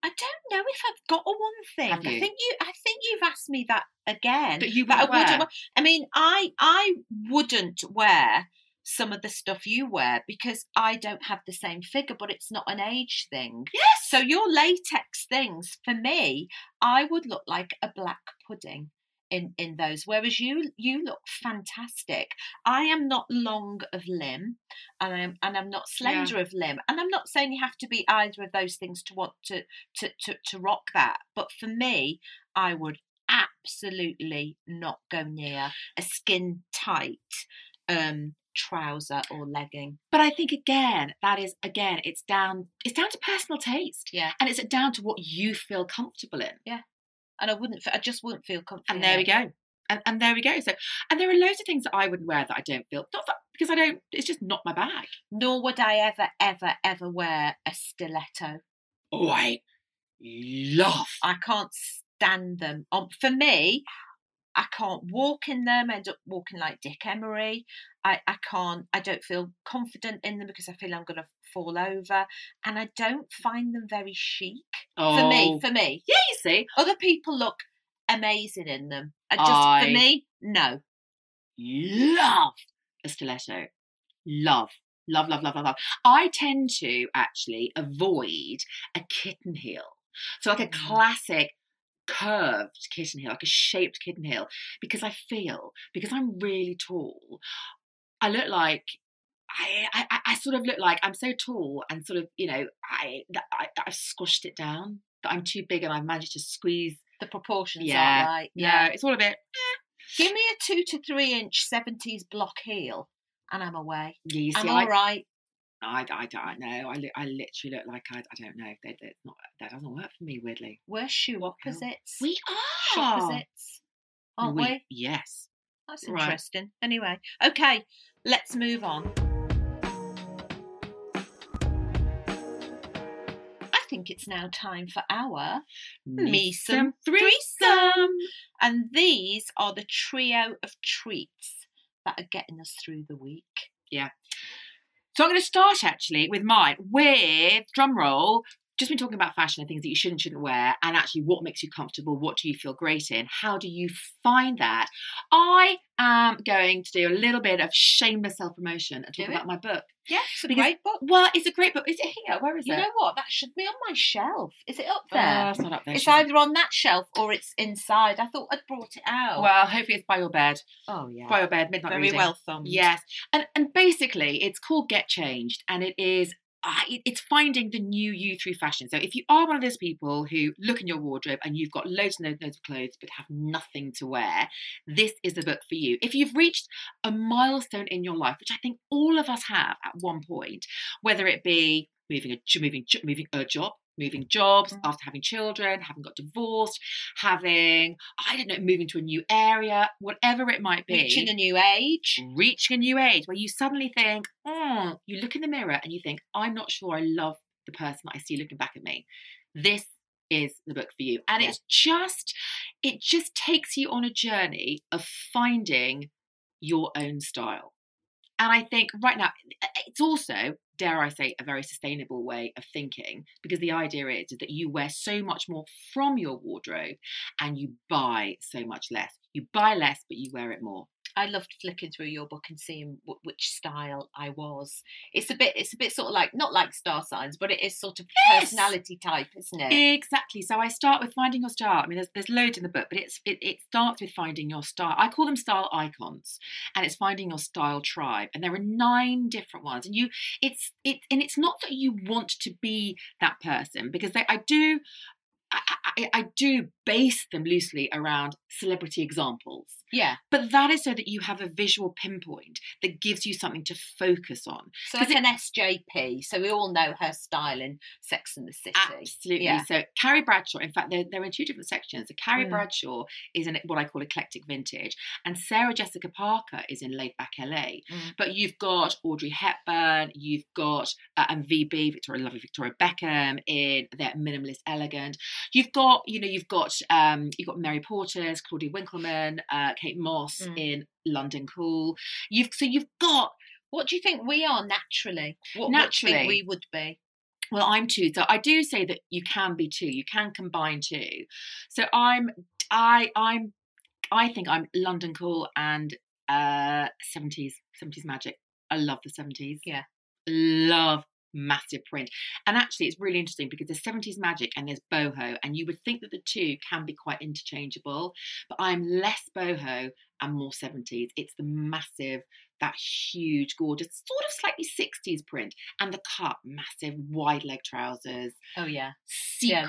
I don't know if I've got a one thing. Have I you? think you. I think you've asked me that again. that you that I would wear. wouldn't. wear- I mean, I I wouldn't wear some of the stuff you wear because I don't have the same figure, but it's not an age thing. Yes. So your latex things, for me, I would look like a black pudding in in those. Whereas you you look fantastic. I am not long of limb, and I'm and I'm not slender of limb. And I'm not saying you have to be either of those things to want to to to, to rock that. But for me, I would absolutely not go near a skin tight um trouser or legging. But I think again, that is again, it's down it's down to personal taste. Yeah. And it's down to what you feel comfortable in. And I wouldn't. f- I just wouldn't feel comfortable. And there we go. And, and there we go. So and there are loads of things that I would wear that I don't feel not that because I don't it's just not my bag. nor would I ever, ever, ever wear a stiletto. Oh I love I can't stand them. Um, for me, I can't walk in them. I end up walking like Dick Emery. I, I can't. I don't feel confident in them because I feel I'm going to fall over, and I don't find them very chic for me. Oh, For me, Yeah, you see. other people look amazing in them. I just I- for me, no. love a stiletto. Love, love, love, love, love, love. I tend to actually avoid a kitten heel. So, like a Mm. classic curved kitten heel, like a shaped kitten heel, because I feel, because I'm really tall, I look like I, I, I sort of look like I'm so tall and sort of, you know, I, that I that I've squashed it down, that I'm too big and I've managed to squeeze. The proportions Yeah, are right. No, it's all a bit. Give me a two to three inch seventies block heel, and I'm away. Yeah, you see, I'm I, all right. I, I don't know. I, li- I literally look like I, I don't know. They, they, not, that doesn't work for me, weirdly. We're shoe opposites. We Shoe are. opposites, aren't we? Yes. That's Right. interesting. Anyway, okay, let's move on. I think it's now time for our Me some threesome. And these are the trio of treats that are getting us through the week. So I'm going to start actually with mine with drumroll. Just been talking about fashion and things that you should and shouldn't wear, and actually what makes you comfortable, what do you feel great in, how do you find that? I am going to do a little bit of shameless self promotion and talk Do it. about my book. Yeah, it's a Because- great book. Well, it's a great book. Is it here? Where is You it? know what? That should be on my shelf. Is it up Oh, there? it's not up there. it's Shazia. either on that shelf or it's inside. I thought I'd brought it out. Well, hopefully it's by your bed. oh yeah, By your bed, midnight very reading. well thumbed. Yes, and and basically, it's called Get Changed, and it is. ah, it- It's finding the new you through fashion. So if you are one of those people who look in your wardrobe and you've got loads and loads and loads of clothes but have nothing to wear, this is the book for you. If you've reached a milestone in your life, which I think all of us have at one point, whether it be moving a j- moving j- moving a job, moving jobs Mhm. after having children, having got divorced, having I don't know, moving to a new area, whatever it might be, reaching a new age. reaching a new age where you suddenly think, Mm. oh, you look in the mirror and you think, I'm not sure I love the person that I see looking back at me. This is the book for you. And Yeah. it's just, it just takes you on a journey of finding your own style. And I think right now, it's also, dare I say, a very sustainable way of thinking because the idea is that you wear so much more from your wardrobe and you buy so much less. You buy less, but you wear it more. I loved flicking through your book and seeing w- which style I was. It's a bit, it's a bit sort of like not like star signs, but it is sort of Yes. personality type, isn't it? Exactly. So I start with finding your style. I mean, there's there's loads in the book, but it's it, it starts with finding your style. I call them style icons, and it's finding your style tribe. And there are nine different ones, and you it's it and it's not that you want to be that person because they, I do. I, I, I do base them loosely around celebrity examples. yeah. But that is so that you have a visual pinpoint that gives you something to focus on. So 'Cause it's an SJP. So we all know her style in Sex and the City. Absolutely. Yeah. So Carrie Bradshaw, in fact, they're, they're in two different sections. So Carrie Mm. Bradshaw is in what I call eclectic vintage, and Sarah Jessica Parker is in laid back LA. Mm. But you've got Audrey Hepburn, you've got uh, and VB Victoria Lovely Victoria Beckham in their minimalist elegant. You've got you know you've got um, you've got Mary Porter's, Claudia Winkleman, uh, Kate Moss Mm. in London Cool. You've so you've got What do you think we are naturally? What, What do Naturally. you think we would be? Well, I'm two. So I do say that you can be two. You can combine two. So I'm I I'm I think I'm London cool and uh 70s 70s magic. I love the 70s. Yeah. Love massive print. And actually it's really interesting because there's 70s magic and there's boho and you would think that the two can be quite interchangeable, but I'm less boho and more 70s. It's the massive that huge gorgeous sort of slightly 60s print and the cut massive wide leg trousers Oh yeah. Yeah,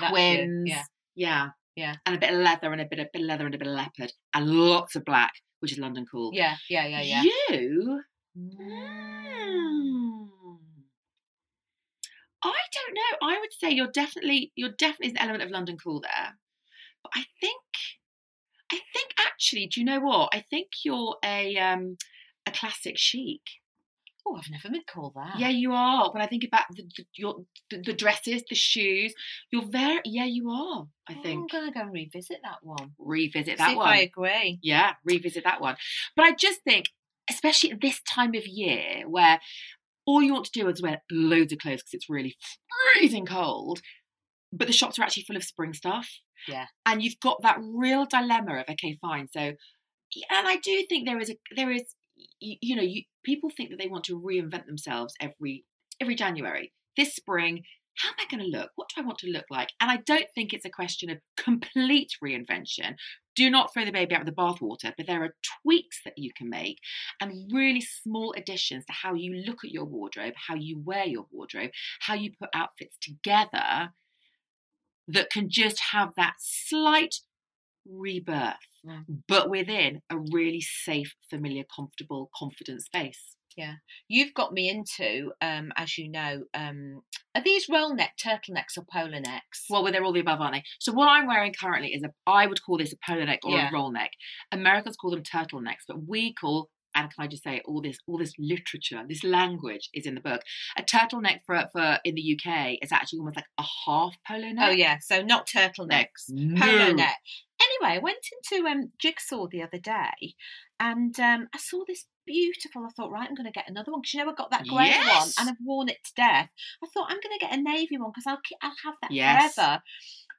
sequins that's it. Yeah. yeah Yeah. and a bit of leather and a bit of bit of leather and a bit of leopard and lots of black which is london cool Yeah. Yeah. Yeah. Yeah. you Mm. Hmm. i don't know i would say you're definitely you're definitely an element of london cool there but i think i think actually do you know what i think you're a um a classic chic Oh, I've never been called that. Yeah, you are. When I think about the, the your the, the dresses, the shoes, you're very yeah, you are. I Oh, think I'm gonna go and revisit that one. revisit See that if one. I agree. Yeah, revisit that one. But I just think, especially at this time of year where all you want to do is wear loads of clothes because it's really freezing cold, but the shops are actually full of spring stuff. Yeah. And you've got that real dilemma of okay, fine. So, and I do think there is a there is you, you know you people think that they want to reinvent themselves every every January. This spring, how am I going to look? What do I want to look like? And I don't think it's a question of complete reinvention do not throw the baby out with the bathwater, but there are tweaks that you can make and really small additions to how you look at your wardrobe, how you wear your wardrobe, how you put outfits together that can just have that slight rebirth, Mm. but within a really safe, familiar, comfortable, confident space. You've got me into, um, as you know, um, are these roll neck, turtlenecks, or polar necks? Well, well, they're all the above, aren't they? So what I'm wearing currently is a I would call this a polo neck or Yeah. a roll neck. Americans call them turtlenecks, but we call and can I just say all this all this literature, this language is in the book. A turtleneck for for in the UK is actually almost like a half polo neck. oh yeah, so not turtlenecks. polo No. neck. Anyway, I went into um, Jigsaw the other day, and um, I saw this beautiful. I thought, right, I'm going to get another one because you know I got that grey Yes. one, and I've worn it to death. I thought I'm going to get a navy one because I'll keep, I'll have that Yes. forever.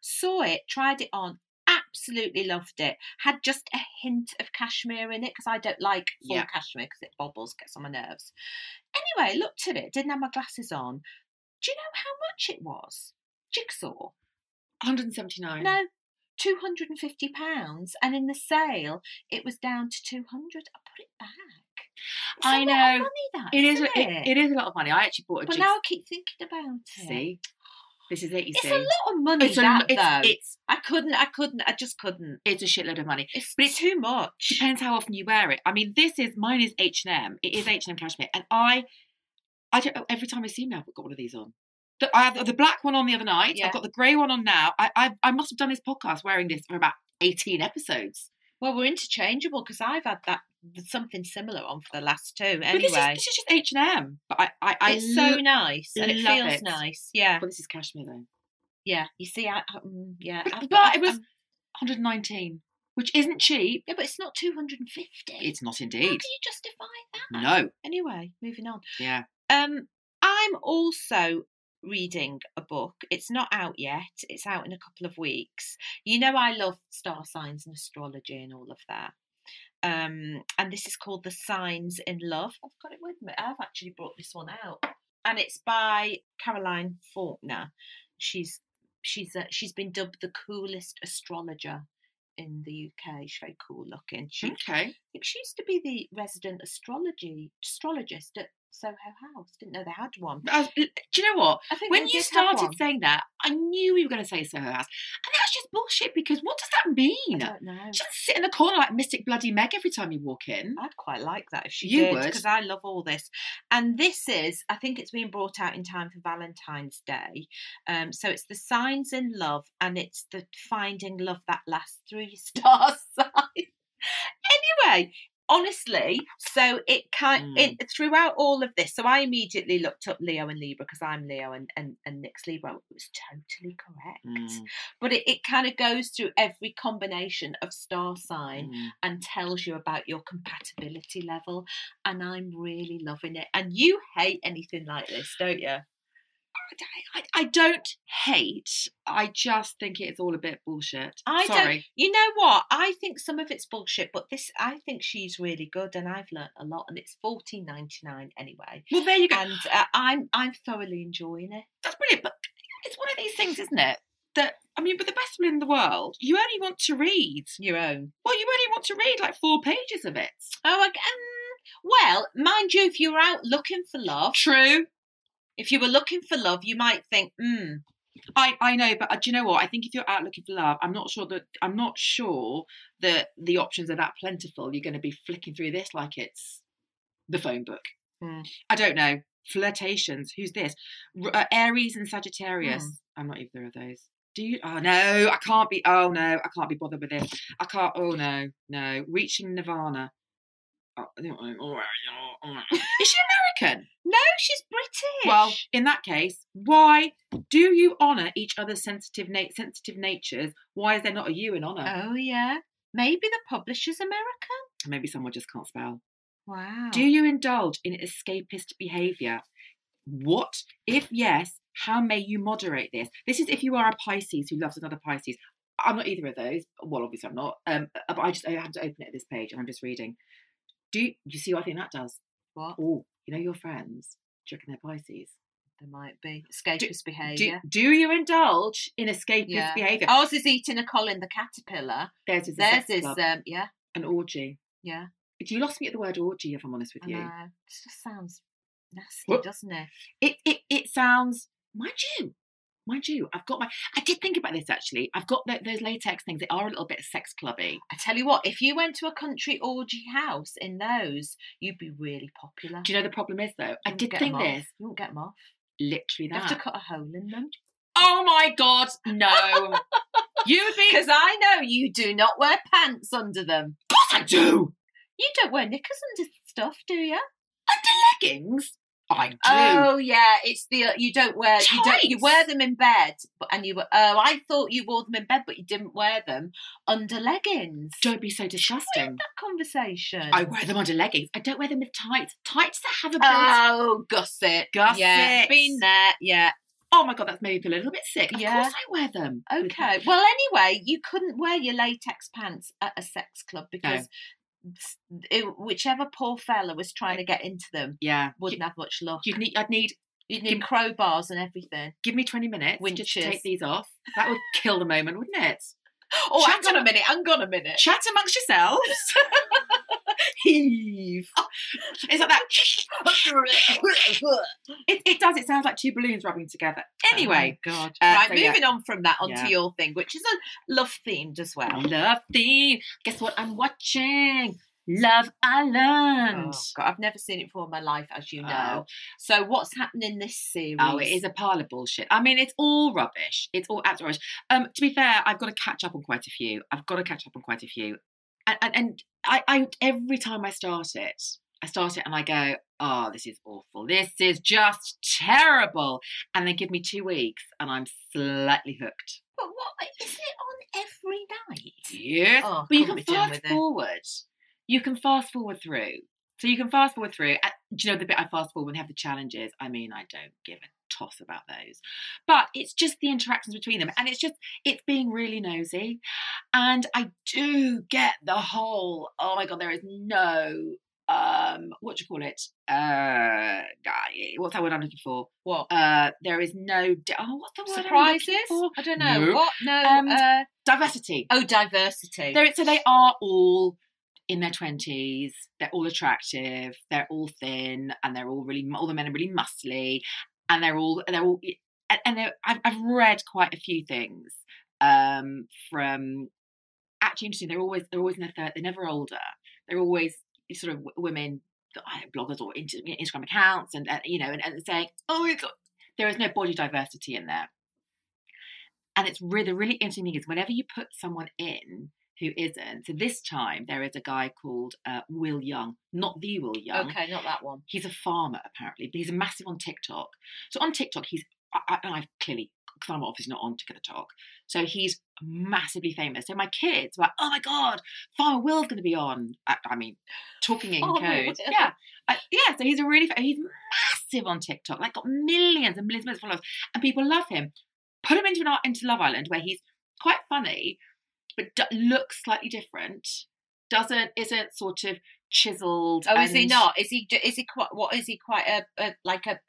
Saw it, tried it on. Absolutely loved it. Had just a hint of cashmere in it because I don't like full Yeah. cashmere because it bobbles, gets on my nerves. Anyway, looked at it, didn't have my glasses on. Do you know how much it was? Jigsaw. 179. No, two hundred and fifty pounds, and in the sale it was down to two hundred. I put it back. It's a I lot of know. money, that, It is isn't it, it is a lot of money. I actually bought a But jig- now I keep thinking about it. See, this is it. You It's see, a lot of money. It's a that, lo- it's- though. it's I couldn't. I couldn't. I just couldn't. it's a shitload of money. It's, But it's- too much. Depends how often you wear it. I mean, this is mine is H and M. It is H and M cashmere, and I, I don't know. Every time I see me, I've got one of these on. The, I have the black one on the other night. Yeah. I've got the grey one on now. I, I I must have done this podcast wearing this for about eighteen episodes. Well, we're interchangeable because I've had that something similar on for the last two. But this is Anyway, this is just H and M. But I I, I it's so nice and it love feels it. nice. Yeah, Well, this is cashmere though. yeah. You see, I, I mm, yeah. But- I've- but I've- it was- I'm- One hundred nineteen, which isn't cheap. yeah, but it's not two hundred and fifty. It's not How can indeed. you justify that? No. Anyway, moving on. Oh, Yeah. Um, I'm also reading a book. It's not out yet. It's out in a couple of weeks. You know, I love star signs and astrology and all of that. Um, and this is called The Signs in Love. I've got it with me. I've actually brought this one out, and it's by Caroline Faulkner. She's she's uh, she's been dubbed the coolest astrologer in the UK. She's very cool looking. She Okay. think she used to be the resident astrology astrologist at Soho House. Didn't know they had one. But I was- do you know what? I think when they you did have started one. saying that, I knew you were going to say Soho House, and that's just bullshit. Because what does that I mean? don't know. Just sit in the corner like Mystic Bloody Meg every time you walk in. I'd quite like that if she You did would. because I love all this. And this is, I think it's been brought out in time for Valentine's Day. Um, so it's the signs in love, and it's the finding love that lasts three star sign. anyway. Honestly, so it kind Mm. it throughout all of this. So I immediately looked up Leo and Libra because I'm Leo and, and and Nick's Libra. It was totally correct, Mm. but it, it kind of goes through every combination of star sign and tells you about your compatibility level. And I'm really loving it. And you hate anything like this, don't you? I, I- I don't hate. I just think it's all a bit bullshit. I don't- Sorry. You know what? I think some of it's bullshit, but this I think she's really good, and I've learnt a lot. And it's fourteen ninety nine anyway, Well, there you go. and uh, I'm I'm thoroughly enjoying it. That's brilliant. But it's one of these things, isn't it? That I mean, with the best women in the world, you only want to read. Your own. Well, you only want to read like four pages of it. Oh, I, um, well, mind you, if you were out looking for love, True. if you were looking for love, you might think, hmm, I, I know, but uh, do you know what? I think if you're out looking for love, I'm not sure that I'm not sure that the options are that plentiful. You're going to be flicking through this like it's the phone book. Mm. I don't know. Flirtations. Who's this? R- uh, Aries and Sagittarius. I'm not either of those. Do you? Oh no, I can't be. Oh no, I can't be bothered with this. I can't. Oh no, no. Reaching Nirvana. Oh, Is she American? no, she's British. Well, in that case, why do you honour each other's sensitive na- sensitive natures? Why is there not a you in honour? Oh yeah. Maybe the publisher's American. Maybe someone just can't spell. Wow. Do you indulge in escapist behaviour? What? If yes, how may you moderate this? This is if you are a Pisces who loves another Pisces. I'm not either of those. Well, obviously I'm not. Um, but I just I have to open it at this page and I'm just reading. Do you, you see what I think that does? What? Oh, you know your friends. Do you reckon they're Pisces? There might be escapist Do, behaviour. do you indulge in escapist Yeah. behaviour? Ours is eating a Colin the caterpillar. There's is a Theirs sex is club, um, yeah, an orgy. yeah. You lost me at the word orgy, if I'm honest with I you. know. It just sounds nasty, Whoop. doesn't it? it it it sounds mind you mind you i've got my i did think about this actually i've got tho- those latex things they are a little bit sex clubby I tell you what, if you went to a country orgy house in those, you'd be really popular. do you know the problem is though i You wouldn't did get 'em think off. this You won't get them off. literally You have to that cut a hole in them. oh my god no you would be of Because I know you do not wear pants under them. course i do You don't wear knickers under stuff, do you? under leggings i do Oh yeah, it's the you don't wear you don't you Tights. wear them in bed, but and you oh I thought you wore them in bed, but you didn't wear them under leggins. don't be so disgusting that conversation. i wear them under leggings i don't wear them with tights tights that have a built oh gusset, yeah, Gussets. been there, yeah. oh my god that's made me feel a little bit sick of Yeah. course i wear them with- Okay. Well, anyway, you couldn't wear your latex pants at a sex club because s- it- whichever poor fella was trying to get into them yeah wouldn't have much luck. you'd need i'd need You'd need crowbars and everything. give me 20 minutes just to Winches. take these off. That would kill the moment, wouldn't it? Oh, Shut hang on a minute. Hang on a minute. Chat amongst yourselves. Heave. It's like that. It, it does. It sounds like two balloons rubbing together. Anyway, Oh, God. Uh, right, so, yeah. moving on from that onto Yeah. your thing, which is a love themed as well. love theme. Guess what I'm watching? Love Island. Oh, God, I've never seen it before in my life, as you Oh. know. So, what's happening this series? Oh, it is a pile of bullshit. I mean, it's all rubbish. It's all absolute rubbish. Um, to be fair, I've got to catch up on quite a few. I've got to catch up on quite a few. And and, and I, I every time I start it, I start it and I go, oh, this is awful. This is just terrible. And they give me two weeks and I'm slightly hooked. But what is it on every night? Yes. Oh, but you couldn't can be done fast with it. forward. You can fast forward through. So you can fast forward through. Uh, Do you know the bit I fast forward when they have the challenges? I mean, I don't give a toss about those. But it's just the interactions between them. And it's just, it's being really nosy. And I do get the whole, oh my God, there is no, um, what do you call it? Uh, guy- what's that word I'm looking for? What? Uh, there is no, di- oh, what's the word? I'm looking Surprises? for? I don't know. No. What? No. Um, uh, Diversity. oh, diversity. They're, so they are all in their twenties. They're all attractive. They're all thin, and they're all really all the men are really muscly, and they're all they're all and, and they're, I've I've read quite a few things um, from actually interesting. They're always they're always in their third. They're never older. They're always eh, sort of w- women that I- bloggers or int- Instagram accounts, and, and you know, and, and saying, "Oh, my God, there is no body diversity in there." And it's really the really interesting thing is whenever you put someone in who isn't. So this time there is a guy called uh, Will Young, not the Will Young. okay, not that one. He's a farmer apparently, but he's massive on TikTok. So on TikTok, he's I, I, I've clearly because I'm obviously not on TikTok, so he's massively famous. So my kids were like, "Oh my god, Farmer Will's going to be on." I, I mean, talking in Farmer code, Will. yeah, I, yeah. So he's a really fa- he's massive on TikTok, like got millions and millions, and millions of followers, and people love him. Put him into an, into Love Island where he's quite funny, but d- looks slightly different. Doesn't isn't sort of chiseled. Oh, is he and- not? Is he? Is he quite? What is he? Quite a, a like a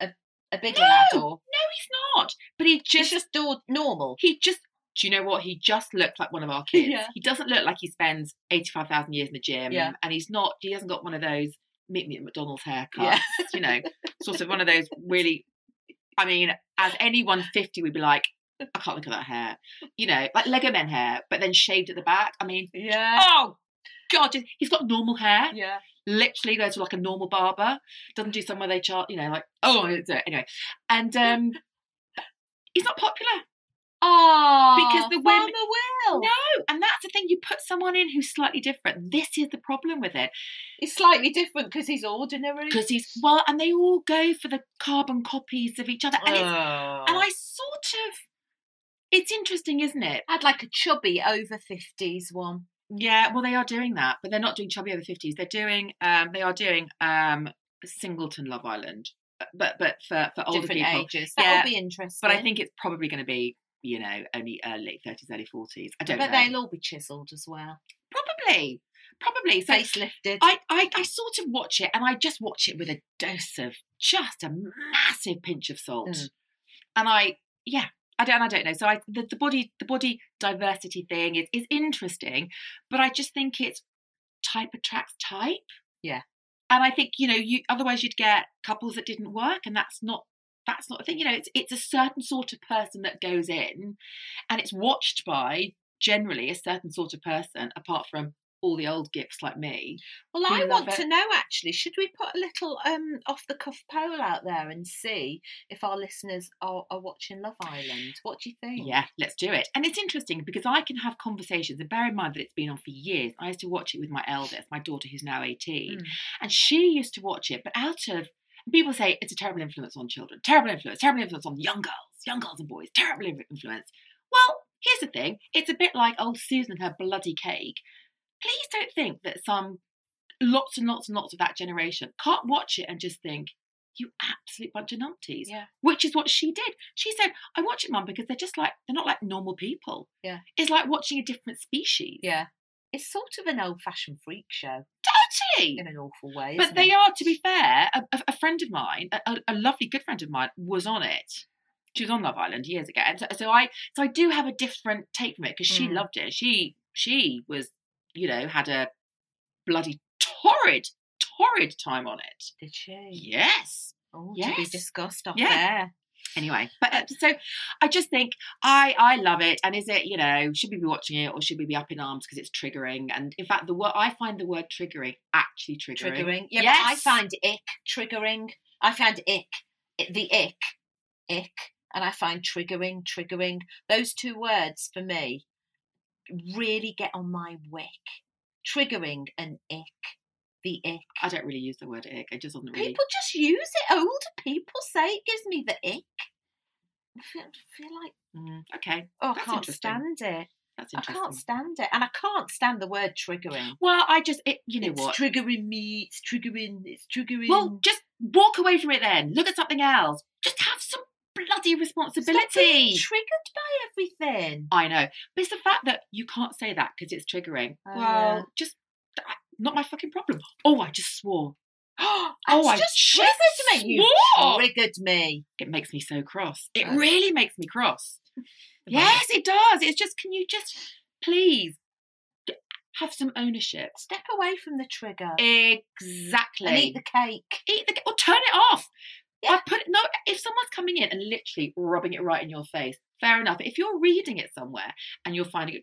a, a, a big lad No, or No, he's not. But he just, just just dor- normal? he just. Do you know what? He just looked like one of our kids. Yeah. He doesn't look like he spends eighty five thousand years in the gym. Yeah. And he's not. He hasn't got one of those meet me at McDonald's haircuts. Yeah. You know, sort of one of those really. I mean, as anyone fifty would be like, I can't look at that hair. You know, like Lego Men hair, but then shaved at the back. I mean, Yeah. oh god, just- he's got normal hair Yeah. literally goes to like a normal barber, doesn't do somewhere they chart, you know, like oh it's a-" anyway, and um, he's not popular. Oh, Because the women- will. No, and that's the thing. You put someone in who's slightly different. This is the problem with it It's slightly different because he's ordinary. because he's well, and they all go for the carbon copies of each other, and it's, and I sort of. It's interesting, isn't it? had like a chubby over fifties one. Yeah, well, they are doing that, but they're not doing chubby over fifties. They're doing, um, they are doing um, Singleton Love Island, uh, but but for for older different people. ages. Yeah, That'll be interesting. But I think it's probably going to be, you know, only uh, late 30s, early 40s. I don't but know. they'll all be chiselled as well. Probably. probably. So facelifted. I, I, I sort of watch it and I just watch it with a dose of just a massive pinch of salt. Mm. And I, yeah, I don't, I don't know. So I, the, the body, the body diversity thing is, is interesting, but I just think it's type attracts type. Yeah. And I think, you know, you, otherwise you'd get couples that didn't work and that's not, that's not a thing, you know, it's, it's a certain sort of person that goes in and it's watched by generally a certain sort of person apart from all the old gifts like me. Well, I Love want it. to know actually. Should we put a little um off the cuff poll out there and see if our listeners are, are watching Love Island? What do you think? Yeah, let's do it. And it's interesting because I can have conversations, and bear in mind that it's been on for years. I used to watch it with my eldest, my daughter who's now 18, Mm. and she used to watch it, but out of people say it's a terrible influence on children, terrible influence, terrible influence on young girls, young girls and boys, terrible in- influence. Well, here's the thing it's a bit like old Susan and her bloody cake. Please don't think that some lots and lots and lots of that generation can't watch it and just think, you absolute bunch of numpties Yeah. which is what she did. She said, I watch it, Mum, because they're just like, they're not like normal people. Yeah. It's like watching a different species. Yeah. It's sort of an old fashioned freak show Totally. in an awful way. But isn't they it? are, to be fair, a, a- a friend of mine, a, a- a lovely good friend of mine, was on it. She was on Love Island years ago, and so, so I, so I do have a different take from it because she Mm. loved it. She, she was, you know, had a bloody torrid, torrid time on it. Did she? Yes. Oh, to be Yes. discussed off Yeah. there. anyway but uh, so i just think i i love it and is it you know should we be watching it or should we be up in arms because it's triggering and in fact the word i find the word triggering actually triggering, Triggering. Yeah, but I Yes. find ick triggering. I find ick, i- the ick, ick, and I find triggering, triggering. Those two words for me really get on my wick. Triggering and ick, the ick. i don't really use the word ick it just doesn't really People just use it. Older people say it gives me the ick. I feel, feel like, Mm, okay oh, I That's can't interesting. stand it. that's I interesting can't stand it. And I can't stand the word triggering. well i just it, you know it's what triggering me. It's triggering. It's triggering. well just walk away from it then look at something else just have some bloody responsibility Stop being triggered by everything. I know. But it's the fact that you can't say that because it's triggering. Oh, well, yeah. just not my fucking problem. Oh, I just swore. oh, It's I just just triggered me. You swore. Triggered me. It makes me so cross. It Oh. really makes me cross. Yes, it does. It's just, can you just please d- have some ownership? Step away from the trigger Exactly. and eat the cake. eat the or turn it off. Yeah. I've put it no. If someone's coming in and literally rubbing it right in your face, fair enough. If you're reading it somewhere and you're finding it,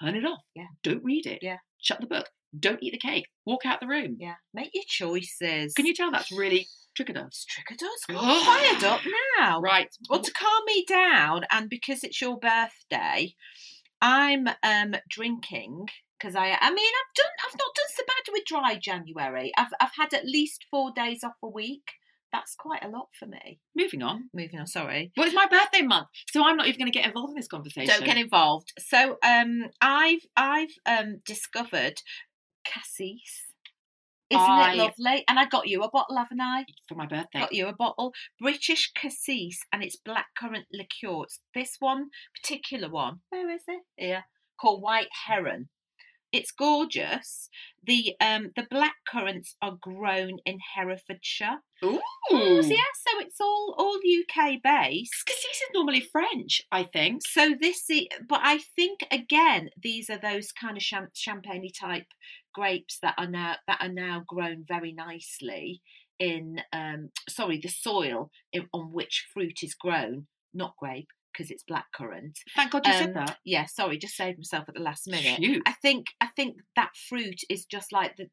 turn it off. Yeah. Don't read it. Yeah. Shut the book. Don't eat the cake. Walk out the room. Yeah. Make your choices. Can you tell that's really triggered us? It's triggered us. Ugh. I'm fired up now. Right. Well, to calm me down, and because it's your birthday, I'm um drinking because I. I mean, I've done. I've not done so bad with dry January. I've I've had at least four days off a week. That's quite a lot for me. Moving on. Moving on. Sorry. Well, it's my birthday month, so I'm not even going to get involved in this conversation. don't get involved. So um, I've I've um discovered cassis. Isn't I- it lovely? And I got you a bottle, haven't I? for my birthday. Got you a bottle. British cassis, and it's blackcurrant liqueur. It's this one particular one. Where is it? Here, called White Heron. It's gorgeous. The um the blackcurrants are grown in Herefordshire. Ooh. Yeah, Hmm. so it's all all UK based. Cassis is normally French, I think. So this, i- but I think again, these are those kind of cham- champagne type grapes that are now that are now grown very nicely in um sorry the soil in, on which fruit is grown, not grape because it's blackcurrant. Thank God you Um, said that. Yeah, sorry, just saved myself at the last minute. Shoot. I think I think that fruit is just like the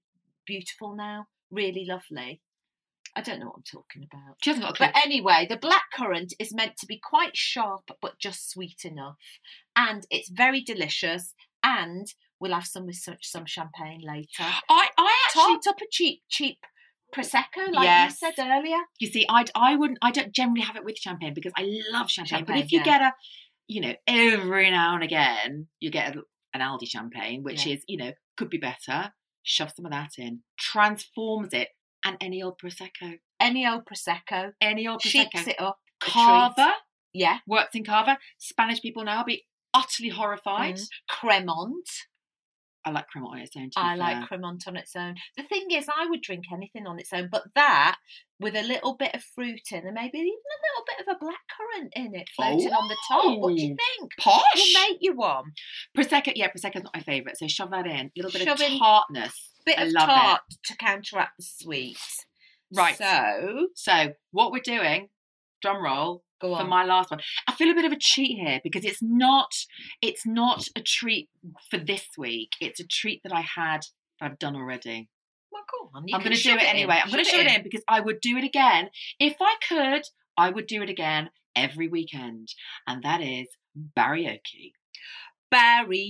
beautiful now, really lovely. I don't know what I'm talking about. She hasn't got a clue. But anyway, the blackcurrant is meant to be quite sharp but just sweet enough. And it's very delicious. And we'll have some with such some champagne later. I, I actually Topped up a cheap, cheap prosecco, like Yes. you said earlier. You see, I I wouldn't I don't generally have it with champagne because I love champagne. Champagne, but if you yeah. get a, you know, every now and again you get a, an Aldi champagne, which Yeah. is you know could be better. Shove some of that in, transforms it, and any old prosecco, Any old prosecco, any old shapes prosecco. it up. a treat. Carver Yeah, works Mm. in Carver. Spanish people now be utterly horrified. cremant. I like Cremant on its own. To be fair. I like Cremant on its own. The thing is, I would drink anything on its own, but that with a little bit of fruit in and maybe even a little bit of a blackcurrant in it floating on the top. What do you Oh. think? posh. We'll make you one. Prosecco, yeah, Prosecco's not my favourite, so shove that in. A little bit Shove of in- tartness. Bit I of love tart to counteract the sweet. it. Right. So, So what we're doing, drum roll, go for on. my last one. I feel a bit of a cheat here because it's not it's not a treat for this week. It's a treat that I had that I've done already. well, go on. I'm going to do it anyway. I'm going to show it in because I would do it again if I could. I would do it again every weekend, and that is barioki.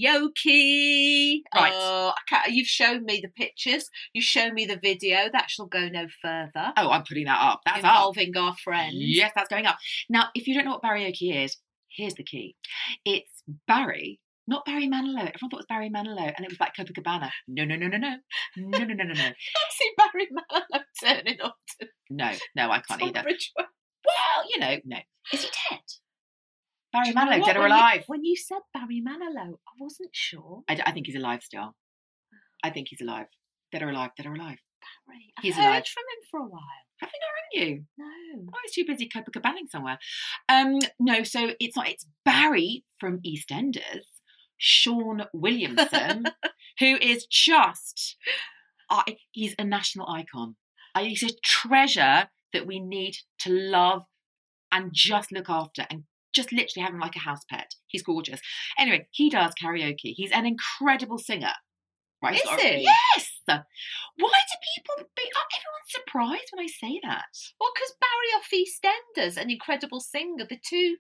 Barioki. Right. Oh, I can't, you've shown me the pictures. You show me the video. That shall go no further. Oh, I'm putting that up. That's up. involving our friends. Yes, that's going up. Now, if you don't know what barioki is, here's the key. It's Barry, not Barry Manilow. Everyone thought it was Barry Manilow, and it was like Copacabana. No, no, no, no, no, no, no, no, no, no. I've seen Barry Manilow turning up to No, no, I can't Tom either. Bridgeworth. Well, you know, no. Is he dead? Do Barry you know Manilow, what? dead or When you- alive? when you said Barry Manilow, I wasn't sure. I, d- I think he's alive still. I think he's alive. Dead or alive, dead or alive. Barry. I've He's heard alive. from him for a while. Have you not, haven't you? No. I was too busy Copacabaning somewhere. Um, no, so it's not. It's Barry from EastEnders, Sean Williamson, who is just, I he's a national icon. I, he's a treasure that we need to love and just look after and just literally have him like a house pet. He's gorgeous. Anyway, he does karaoke. He's an incredible singer. Right? He's Is got a- he? Yes. Why do people be? Are everyone surprised when I say that? Well, because Barry off EastEnders, an incredible singer, the two.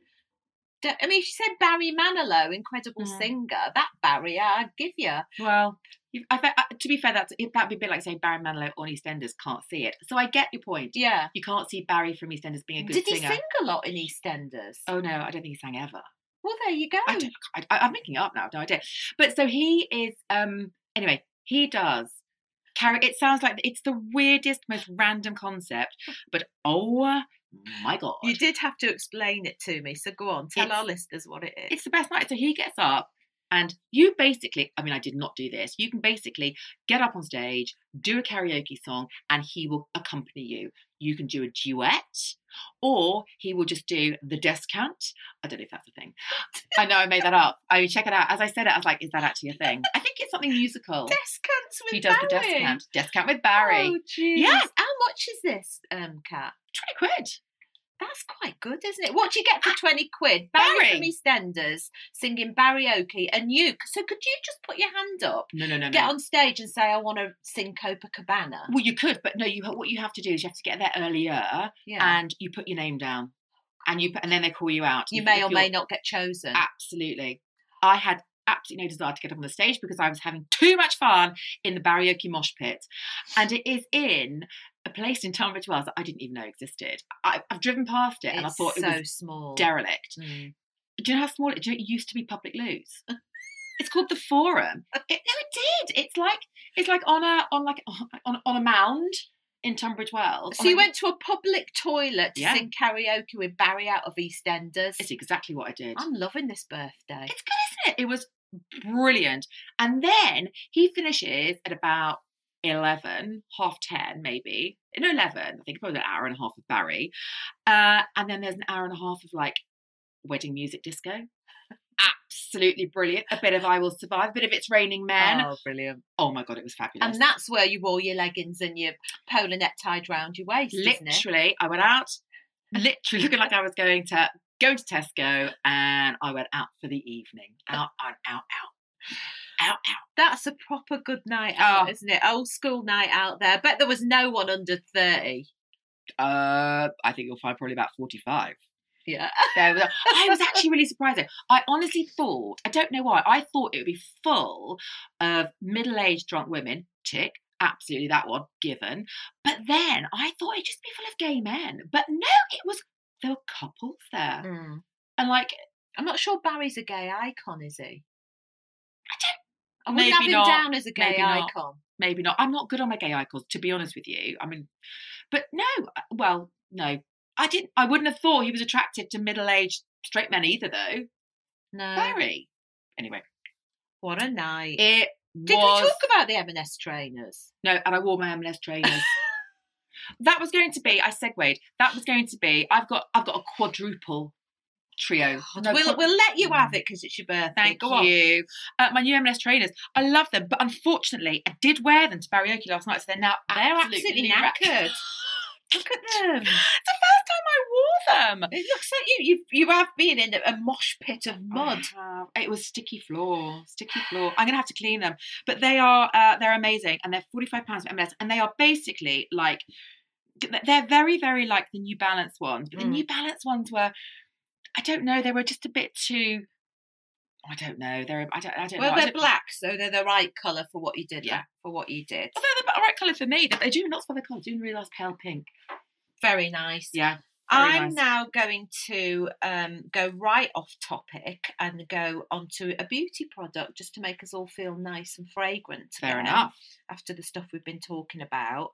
I mean, she said Barry Manilow, incredible Mm. singer. That Barry, I'd give you. Well, you, I, fe- I- to be fair, that's it- that'd be a bit like saying Barry Manilow on EastEnders can't see it. So I get your point. Yeah. You can't see Barry from EastEnders being a good Did singer. he sing a lot in EastEnders? Oh no, I don't think he sang ever. Well, there you go. I don't, I, I- I'm making it up now. I've No idea. But so he is. Um. Anyway, he does. Carry. It sounds like it's the weirdest, most random concept. But oh my god, You did have to explain it to me, so go on, tell It's- our listeners what it is. it's the best night. So he gets up and you basically, I mean, I did not do this. You can basically get up on stage, do a karaoke song, and he will accompany you. You can do a duet or he will just do the descant. I don't know if that's a thing. I know I made that up. I mean, check it out. As I said it, I was like, is that actually a thing? I think it's something musical. Descants with He does the Barry. descant. Descant with Barry. Oh, jeez. Yeah. How much is this, um, Kat? 20 quid. That's quite good, isn't it? What do you get for 20 quid? Ah, Barry. Barry, from EastEnders singing barioki and you. So could you just put your hand up, No, no, no, get no. on stage and say, I want to sing Copacabana? Well, you could, but no, you ha- what you have to do is you have to get there earlier. yeah. and you put your name down and you put, and then they call you out You If- may if or may you're- not get chosen. absolutely i had absolutely no desire to get up on the stage because i was having too much fun in the barioki mosh pit and it is in a place in tunbridge wells that i didn't even know existed I, i've driven past it and i It's thought so it was small. derelict Mm. do you know how small it, do you know it used to be public loos It's called the Forum. It, no, it did. It's like it's like on a on like on, on a mound in Tunbridge Wells. So on you a- went to a public toilet to Yeah. sing karaoke with Barry out of EastEnders. It's exactly what I did. I'm loving this birthday. It's good, isn't it? It was brilliant. And then he finishes at about 11, half 10, maybe. No, 11. I think probably an hour and a half of Barry. Uh, and then there's an hour and a half of like wedding music disco. Absolutely brilliant. A bit of I Will Survive, a bit of It's Raining Men. oh, brilliant. Oh my God, it was fabulous. And that's where you wore your leggings and your polo neck tied round your waist, isn't it? literally, I went out, literally looking like I was going to go to Tesco and I went out for the evening. Out, out, out, out. Out, out. That's a proper good night out, Oh. isn't it? Old school night out there. Bet there was no one under 30. Uh, I think you'll find probably about 45. Yeah. There we go. I was actually really surprised. though. I honestly thought, I don't know why, I thought it would be full of middle aged drunk women. Tick. Absolutely that one, given. But then I thought it'd just be full of gay men. But no, it was, there were couples there. Mm. And like, I'm not sure Barry's a gay icon, is he? I I wouldn't maybe have him not. down as a gay maybe not. icon. Maybe not. I'm not good on my gay icons, to be honest with you. I mean, but no, uh, well, no. I didn't, I wouldn't have thought he was attractive to middle aged straight men either, though. No. Barry. Anyway. What a night. It Did was- we talk about the M&S trainers? No, and I wore my M&S trainers. that was going to be. I segued. That was going to be. I've got. I've got a quadruple trio. No, we'll, quad- we'll let you have it because it's your birthday. Thank Go on. you. Uh, my new M&S trainers. I love them, but unfortunately, I did wear them to karaoke last night, so they're now They're absolutely absolutely ra- knackered. Look at them. It's the first time I wore them. It looks like you you you have been in a, a mosh pit of mud. I have. It was sticky floor, sticky floor. I'm gonna have to clean them, but they are uh, they're amazing, and they're 45 pounds for MLS, and they are basically like they're very very like the New Balance ones, but the Mm. New Balance ones were I don't know they were just a bit too I don't know they're I don't I don't Well, know. I they're don't- black, so they're the right colour for what you did. Yeah. Yeah. For what you did. Although they're the right colour for me, but they do not spell the colour. I didn't realise pale pink. Very nice. Yeah, very I'm nice. now going to um, go right off topic and go onto a beauty product just to make us all feel nice and fragrant. fair again enough. After the stuff we've been talking about,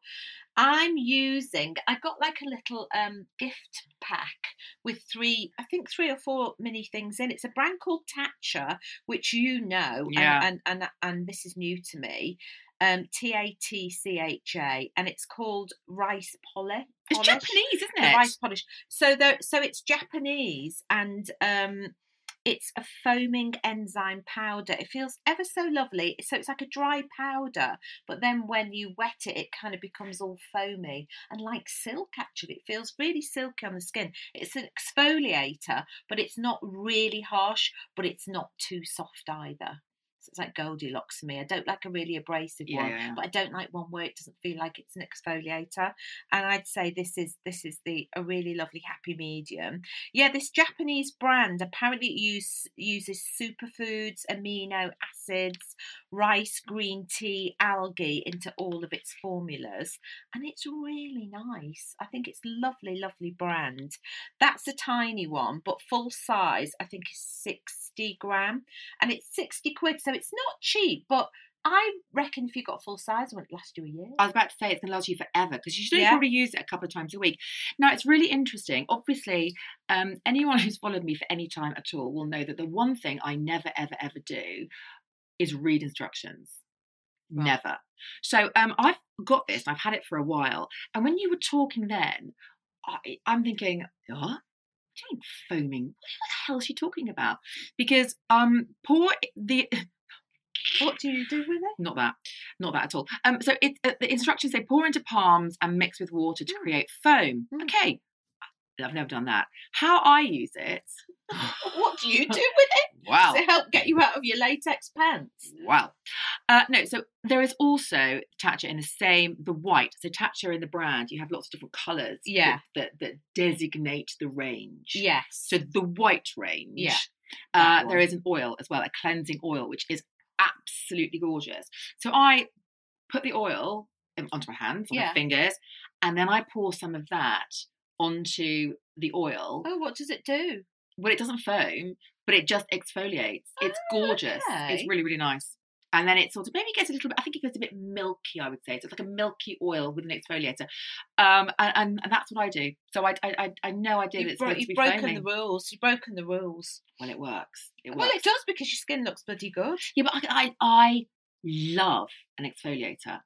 I'm using. I got like a little um, gift pack with three, I think three or four mini things in. It's a brand called Tatcha, which you know, Yeah. and, and and and this is new to me. Um, T A T C H A, and it's called rice poly. It's polish Japanese, isn't the it? rice polish. So there, so it's Japanese and um it's a foaming enzyme powder. It feels ever so lovely. So it's like a dry powder, but then when you wet it, it kind of becomes all foamy and like silk actually. It feels really silky on the skin. It's an exfoliator, but it's not really harsh, but it's not too soft either. So it's like Goldilocks for me. I don't like a really abrasive Yeah, one, yeah, yeah. but I don't like one where it doesn't feel like it's an exfoliator and I'd say this is this is the a really lovely happy medium. Yeah, this Japanese brand apparently use, uses superfoods, amino acids, rice, green tea, algae into all of its formulas, and it's really nice. I think it's lovely, lovely brand. That's a tiny one, but full size I think is sixty gram, and it's sixty quid, so it's not cheap, but. I reckon if you got a full size one, it'd last you a year. I was about to say it's going to last you forever because you should only Yeah. probably use it a couple of times a week. Now it's really interesting. Obviously, um, anyone who's followed me for any time at all will know that the one thing I never, ever, ever do is read instructions. Right. Never. So um, I've got this. I've had it for a while. And when you were talking then, I, I'm thinking, what? Doing foaming. What the hell is she talking about? Because um, pour the What do you do with it? not that not that at all um so it uh, the instructions say pour into palms and mix with water to Mm. create foam Mm. okay i've never done that how i use it What do you do with it? wow To help get you out of your latex pants. wow uh no so there is also tatcha in the same the white so tatcha in the brand you have lots of different colors Yeah. that that, that designate the range Yes. so the white range Yeah, uh, that there one. is an oil as well a cleansing oil which is absolutely gorgeous so i put the oil um, onto my hands on my Yeah. fingers and then i pour some of that onto the oil Oh, what does it do? well it doesn't foam but it just exfoliates it's Oh, gorgeous it's okay. really really nice and then it sort of maybe gets a little bit i think it gets a bit milky i would say so it's like a milky oil with an exfoliator um and, and, and that's what i do so i i, I- I know i did You've, it's bro- meant to you've be broken foaming. the rules. You've broken the rules. well it works it works Well, it does because your skin looks bloody good. Yeah, but I I, I love an exfoliator.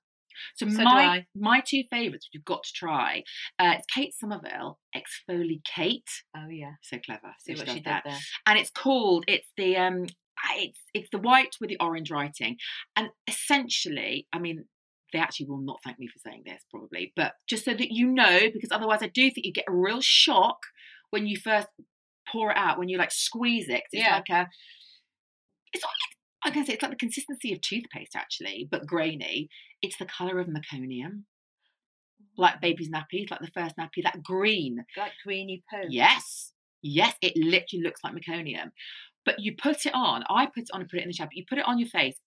So, So do my I. my two favourites, which you've got to try, uh, it's Kate Somerville Exfoliate. Oh yeah. So clever. See so what does she did that. there. And it's called. It's the um. I- It's it's the white with the orange writing, and essentially, I mean. They actually will not thank me for saying this, probably, but just so that you know, because otherwise, I do think you get a real shock when you first pour it out, when you like squeeze it. 'cause It's Yeah. like a, it's not I'm going to say it's like the consistency of toothpaste, actually, but grainy. It's the colour of meconium, like baby's nappies, like the first nappy, that green. Like greeny poo. Yes, yes, it literally looks like meconium. But you put it on, I put it on and put it in the shower, but you put it on your face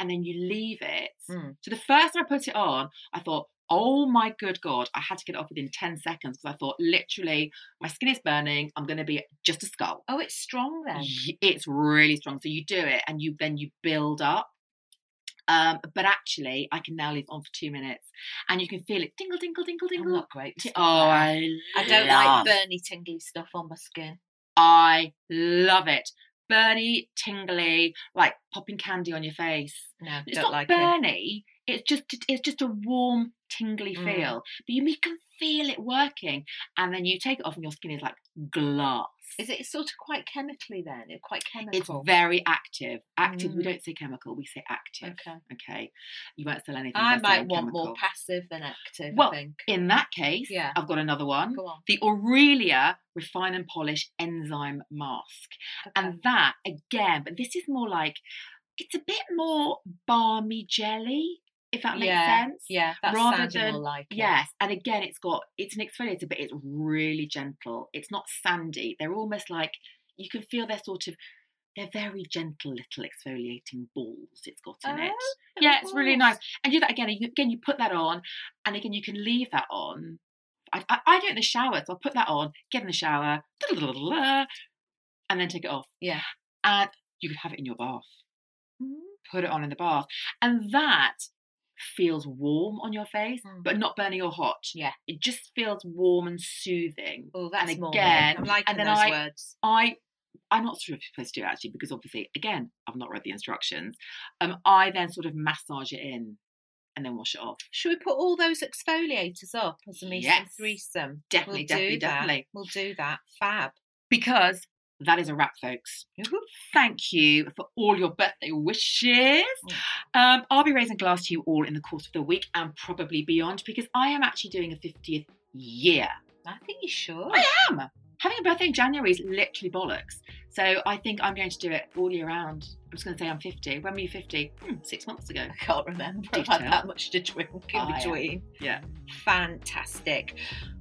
and then you leave it. Mm. So the first time I put it on, I thought, oh my good God, I had to get it off within 10 seconds because I thought, literally, my skin is burning. I'm going to be just a skull. Oh, it's strong then. Y- it's really strong so you do it and you then you build up um but actually i can now leave on for two minutes and you can feel it tingle tingle tingle I'm tingle not great. Ti- with oh stuff like that. i I don't love- like burny tingly stuff on my skin. i love it burny, tingly, like popping candy on your face. No, It's don't not like it. burny. It's just it's just a warm, tingly Mm. feel. But you you can feel it working, and then you take it off, and your skin is like glass. Is it sort of quite chemically then? It's quite It's chemical. very active. Active. We Mm. don't say chemical. We say active. okay. Okay. You won't sell anything. I by might saying want more chemical. passive than active. Well, I think. In that case, Yeah. I've got another one. Go on. The Aurelia Refine and Polish Enzyme Mask. Okay. And that, again, but this is more like, it's a bit more balmy jelly, if that makes Yeah, sense. yeah, that's rather sounding than- more like it. Yes, and again, it's got it's an exfoliator, but it's really gentle. It's not sandy. They're almost like you can feel they're sort of they're very gentle little exfoliating balls. It's got in it. Oh, Yeah, it's really course. nice. And do that again. and you- Again, you put that on, and again, you can leave that on. I, I, I do it in the shower, so I'll put that on, get in the shower, and then take it off. Yeah. And you could have it in your bath, Mm. put it on in the bath. And that feels warm on your face, Mm. but not burning or hot. Yeah. It just feels warm and soothing. Oh, that's more. me. again- I'm liking and then those I- words. I I'm not sure if you're supposed to do it actually because obviously again I've not read the instructions. Um, I then sort of massage it in and then wash it off. Should we put all those exfoliators up as a meet and Yes. threesome? Definitely, We'll do definitely, that. definitely. We'll do that. Fab. Because that is a wrap, folks. Thank you for all your birthday wishes. Mm. Um, I'll be raising glass to you all in the course of the week and probably beyond because I am actually doing a 50th year. I think you should. I am. Having a birthday in January is literally bollocks. So I think I'm going to do it all year round. I'm just going to say I'm 50. When were you 50? Hmm, six months ago. I can't remember. I've had Detail. that much to drink in Ah, yeah. between. Yeah. Fantastic.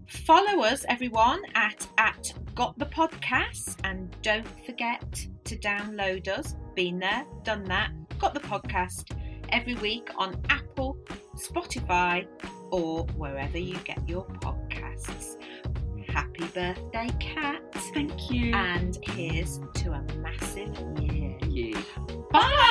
Follow us, everyone, at at Got the Podcast, and don't forget to download us. Been there, done that. Got the podcast every week on Apple, Spotify, or wherever you get your podcasts. Happy birthday, Kat! Thank you. And here's to a massive year. you. Bye.